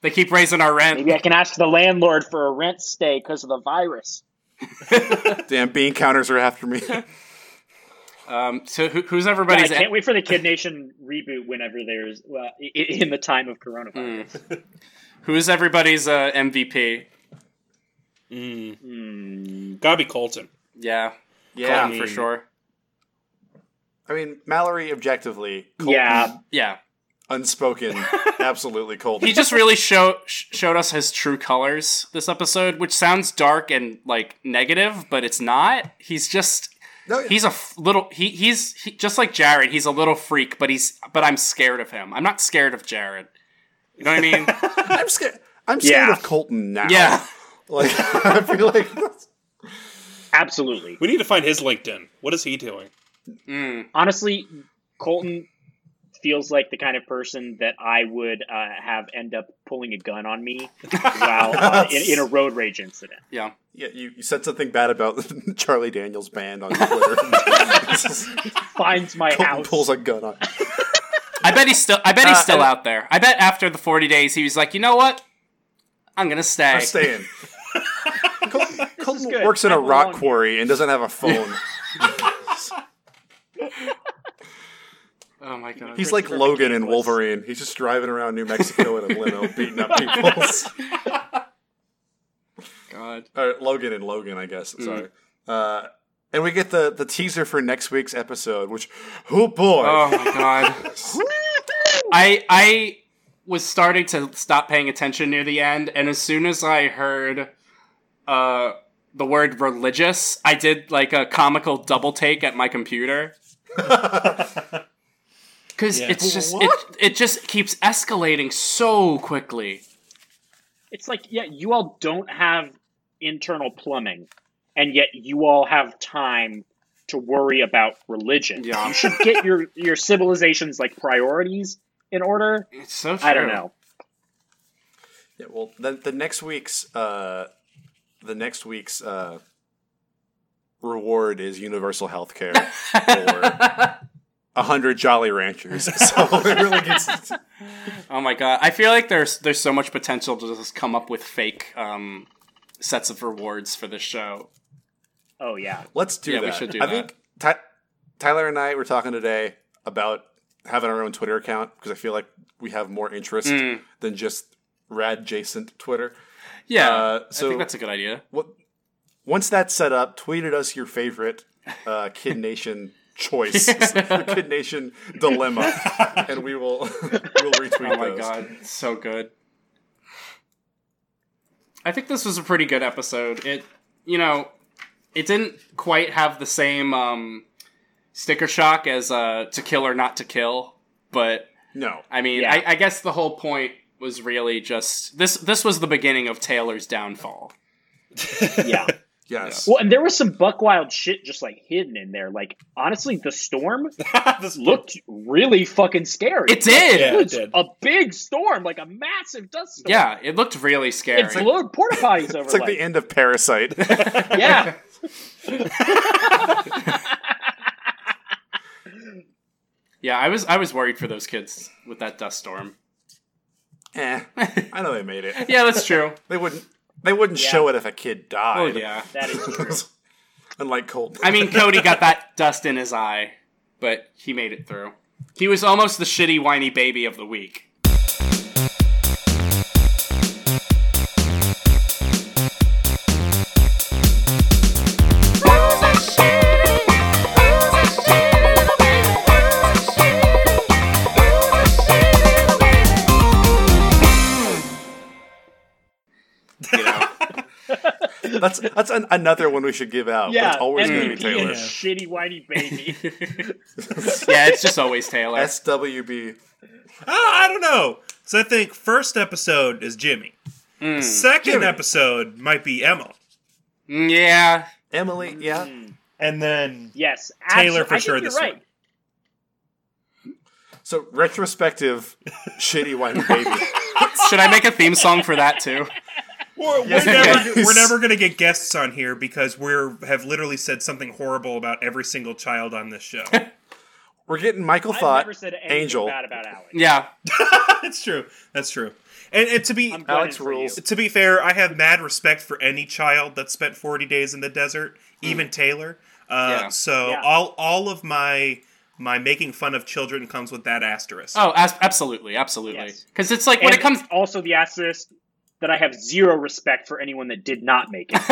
they keep raising our rent.
Maybe I can ask the landlord for a rent stay because of the virus.
Damn, bean counters are after
*laughs*
me.
Um, so who, who's
Yeah, I
everybody's?
can't wait for the Kid Nation reboot whenever there's well, i- i- in the time of
Hmm,
coronavirus.
who's everybody's uh, MVP?
Gotta be Colton.
Yeah,
Yeah,
Colin for sure.
I mean Mallory objectively, Colton,
Yeah,
Yeah,
unspoken, absolutely cold.
he just really show, sh- showed us his true colors this episode, which sounds dark and like negative, but it's not. He's just
No,
he's a f- little he he's he, just like Jared. He's a little freak, but he's but I'm scared of him. I'm not scared of Jared. You know what
*laughs*
I mean?
I'm scared. I'm scared
Yeah.
of Colton now.
yeah.
*laughs* Like I feel like that's-
absolutely.
We need to find his LinkedIn. What is he doing?
Mm.
Honestly, Colton feels like the kind of person that I would uh, have end up pulling a gun
*laughs*
on me while uh, in, in a road rage incident.
Yeah.
yeah, you, you said something bad about *laughs* Charlie Daniels band on Twitter.
Finds my
Colton
house.
pulls a gun on.
I bet he's still. I bet he's
Uh,
still
and-
out there. I bet after the forty days, he was like, you know what? I'm gonna stay.
I'm staying. Col- Colton
good.
works in a
I belong
rock
here.
quarry and doesn't have a phone.
Oh my god.
He's like Logan in Wolverine. He's just driving around New Mexico in a limo, beating up people.
God.
*laughs* or Logan and Logan, I guess. Sorry. Uh, and we get the the teaser for next week's episode, which, oh boy,
Oh my god. I I was starting to stop paying attention near the end, and as soon as I heard uh the word religious, I did like a comical double take at my computer. Cause
Yeah.
it's just it, it just keeps escalating so quickly.
It's like, yeah, you all don't have internal plumbing, and yet you all have time to worry about religion.
Yeah.
You should get your your civilization's like priorities in order.
It's so
I don't
true.
know.
Yeah, well, the, the next week's uh, the next week's uh, reward is universal health care for
*laughs*
hundred Jolly Ranchers. So it really gets
Oh my god. I feel like there's there's so much potential to just come up with fake um sets of rewards for this show.
Oh yeah.
Let's do
Yeah,
that.
we should do
I
that.
think Ty- Tyler and I were talking today about having our own Twitter account because I feel like we have more interest
Mm.
than just radjacent Twitter.
Yeah.
Uh,
I
so-
think that's a good idea.
What once that's set up, tweet at us your favorite uh, Kid
*laughs*
Nation choice, *laughs* Kid Nation dilemma, and we will *laughs* we'll retweet
Oh my
those.
god, it's so good. I think this was a pretty good episode. It, you know, it didn't quite have the same um, sticker shock as uh, "To Kill or Not to Kill," but
No,
I mean,
Yeah.
I, I guess the whole point was really just this. This was the beginning of Taylor's downfall.
*laughs*
Yeah.
yes,
Well, and there was some buckwild shit just like hidden in there. Like honestly, the storm
This-
looked really fucking scary.
It did.
Yeah,
Yeah,
It
it
was
did.
a big storm, like a massive dust storm.
it looked really scary.
It blew porta potties
*laughs*
over.
it's like
like-
the end of
*laughs*
Parasite. *laughs*
yeah.
yeah, I was I was worried for those kids with that dust storm.
eh, I know they made it.
Yeah, that's true.
They wouldn't. They wouldn't
Yeah.
show it if a kid died.
Oh yeah.
*laughs*
That is true.
Unlike Cold.
I mean, Cody got that *laughs* dust in his eye, but he made it through. He was almost the shitty, whiny baby of the week. You know?
*laughs* That's that's an, another one we should give out. but
Yeah.
it's always going to be
MVP
Taylor.
and shitty whiny baby.
yeah, it's just always Taylor.
SWB.
*laughs* Ah, I don't know. So I think first episode is Jimmy.
Hmm.
Second episode might be Emma.
yeah,
Mm-hmm.
Emily, yeah.
And then
Yes,
Taylor
abso-
for
I think
sure
You're
this
right.
one.
So
*laughs*
retrospective, shitty whiny baby.
should I make a theme song for that too?
we're, we're
Yes.
never,
Yes.
we're never going to get guests on here because we're have literally said something horrible about every single child on this show.
We're getting Michael
I've
Thought,
never said anything
Angel.
bad about Alex.
Yeah,
That's true. That's true. And, and to be
I'm glad
Alex
for
rules.
to be fair, I have mad respect for any child that spent 40 days in the desert, even Taylor. Uh,
Hmm. Yeah.
So
Yeah.
all all of my my making fun of children comes with that asterisk.
Oh, as- absolutely, absolutely.
Yes.
Because it's like when
And
it comes.
also the asterisk that I have zero respect for anyone that did not
*laughs*
make it.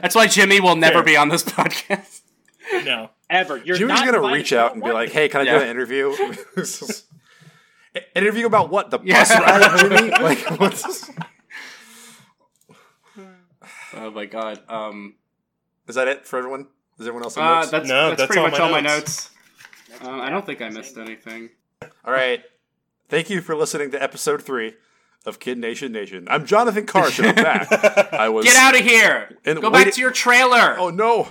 That's why Jimmy will never be on this *laughs* podcast.
No,
Ever. You're
Jimmy's
not
going to
invited
reach
to
out and be
one.
like, hey, can I
Yeah.
do an interview?
*laughs*
*laughs* An interview about what? The bus
Yeah.
ride, *laughs* Jimmy? Like, what's,
Oh my god. Um,
is that it for everyone? Is everyone else in
uh,
notes?
that's,
No,
that's,
that's
pretty
all
much
my
all my
notes.
notes. Um, I don't think I missed anything.
All right. Thank you for listening to episode three of Kid Nation Nation. I'm Jonathan Karsh, and I'm
*laughs*
back. I was
Get out of here!
And
Go
wait-
back to your trailer.
Oh no!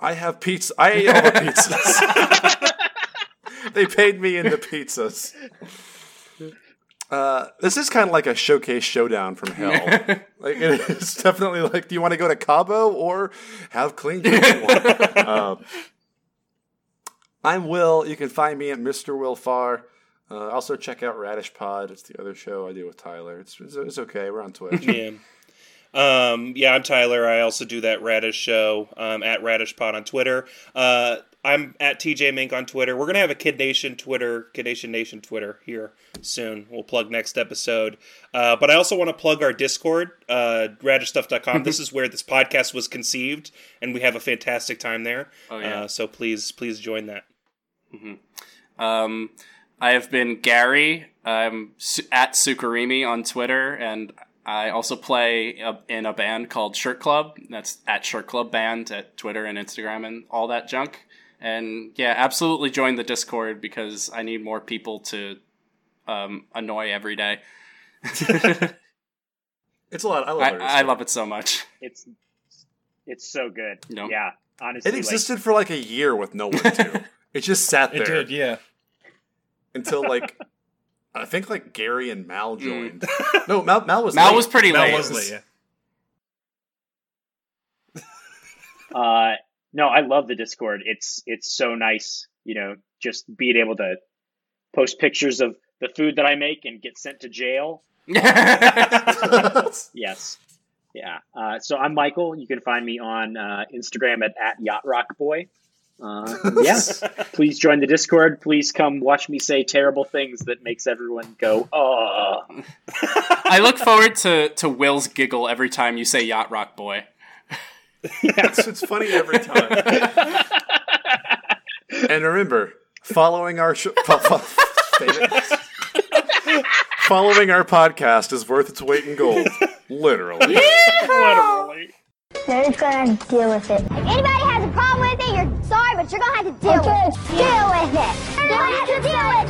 I have pizza. I ate all
*laughs*
the pizzas. *laughs* they paid me in the pizzas. Uh, this is kind of like a showcase showdown from
*laughs*
hell. like it is definitely like, do you want to go to Cabo or have clean drinking
*laughs*
water? Uh, I'm Will. You can find me at Mr. Will Farr. Uh, also
*laughs*
check out Radish Pod. It's the other show I do with Tyler. It's, it's, it's okay. We're on Twitch.
Yeah. Um, yeah, I'm Tyler. I also do that Radish show um, at Radish Pod on Twitter. Uh, I'm at TJ Mink on Twitter. We're gonna have a Kid Nation Twitter, Kid Nation Nation Twitter here soon. We'll plug next episode. Uh, but I also want to plug our Discord, uh, radishstuff.com. this is where this podcast was conceived, and we have a fantastic time there.
Oh, yeah.
Uh, so please, please join that.
Um, I have been Gary. I'm su- at Sukarimi on Twitter, and I also play a- in a band called Shirt Club. That's at Shirt Club Band at Twitter and Instagram and all that junk. And yeah, absolutely join the Discord because I need more people to um, annoy every day.
It's a lot. I love
I,
it.
I love it so much.
It's it's so good.
No.
Yeah, honestly,
It
like,
existed for like a year with no one to. It just sat there
It did, yeah.
until like I think like Gary and Mal joined. No, Mal, Mal was
Mal
late.
was pretty
That
late.
was
*laughs*
late, yeah.
uh, no, I love the Discord. It's it's so nice, you know, just being able to post pictures of the food that I make and get sent to jail.
*laughs*
Yes. Yeah. Uh, so I'm Michael. You can find me on uh, Instagram at, at yachtrockboy. Uh, yeah. Please join the Discord. Please come watch me say terrible things that makes everyone go, oh.
*laughs* I look forward to, to Will's giggle every time you say Yacht Rock Boy.
it's, it's funny every time. *laughs* and remember, following our sh- fo- fo- David. following our podcast is worth its weight in gold, literally.
Literally.
They're just gonna have to deal with it. If anybody has a problem with it, you're sorry, but you're gonna have to deal with it. Deal with it. You're gonna have to deal with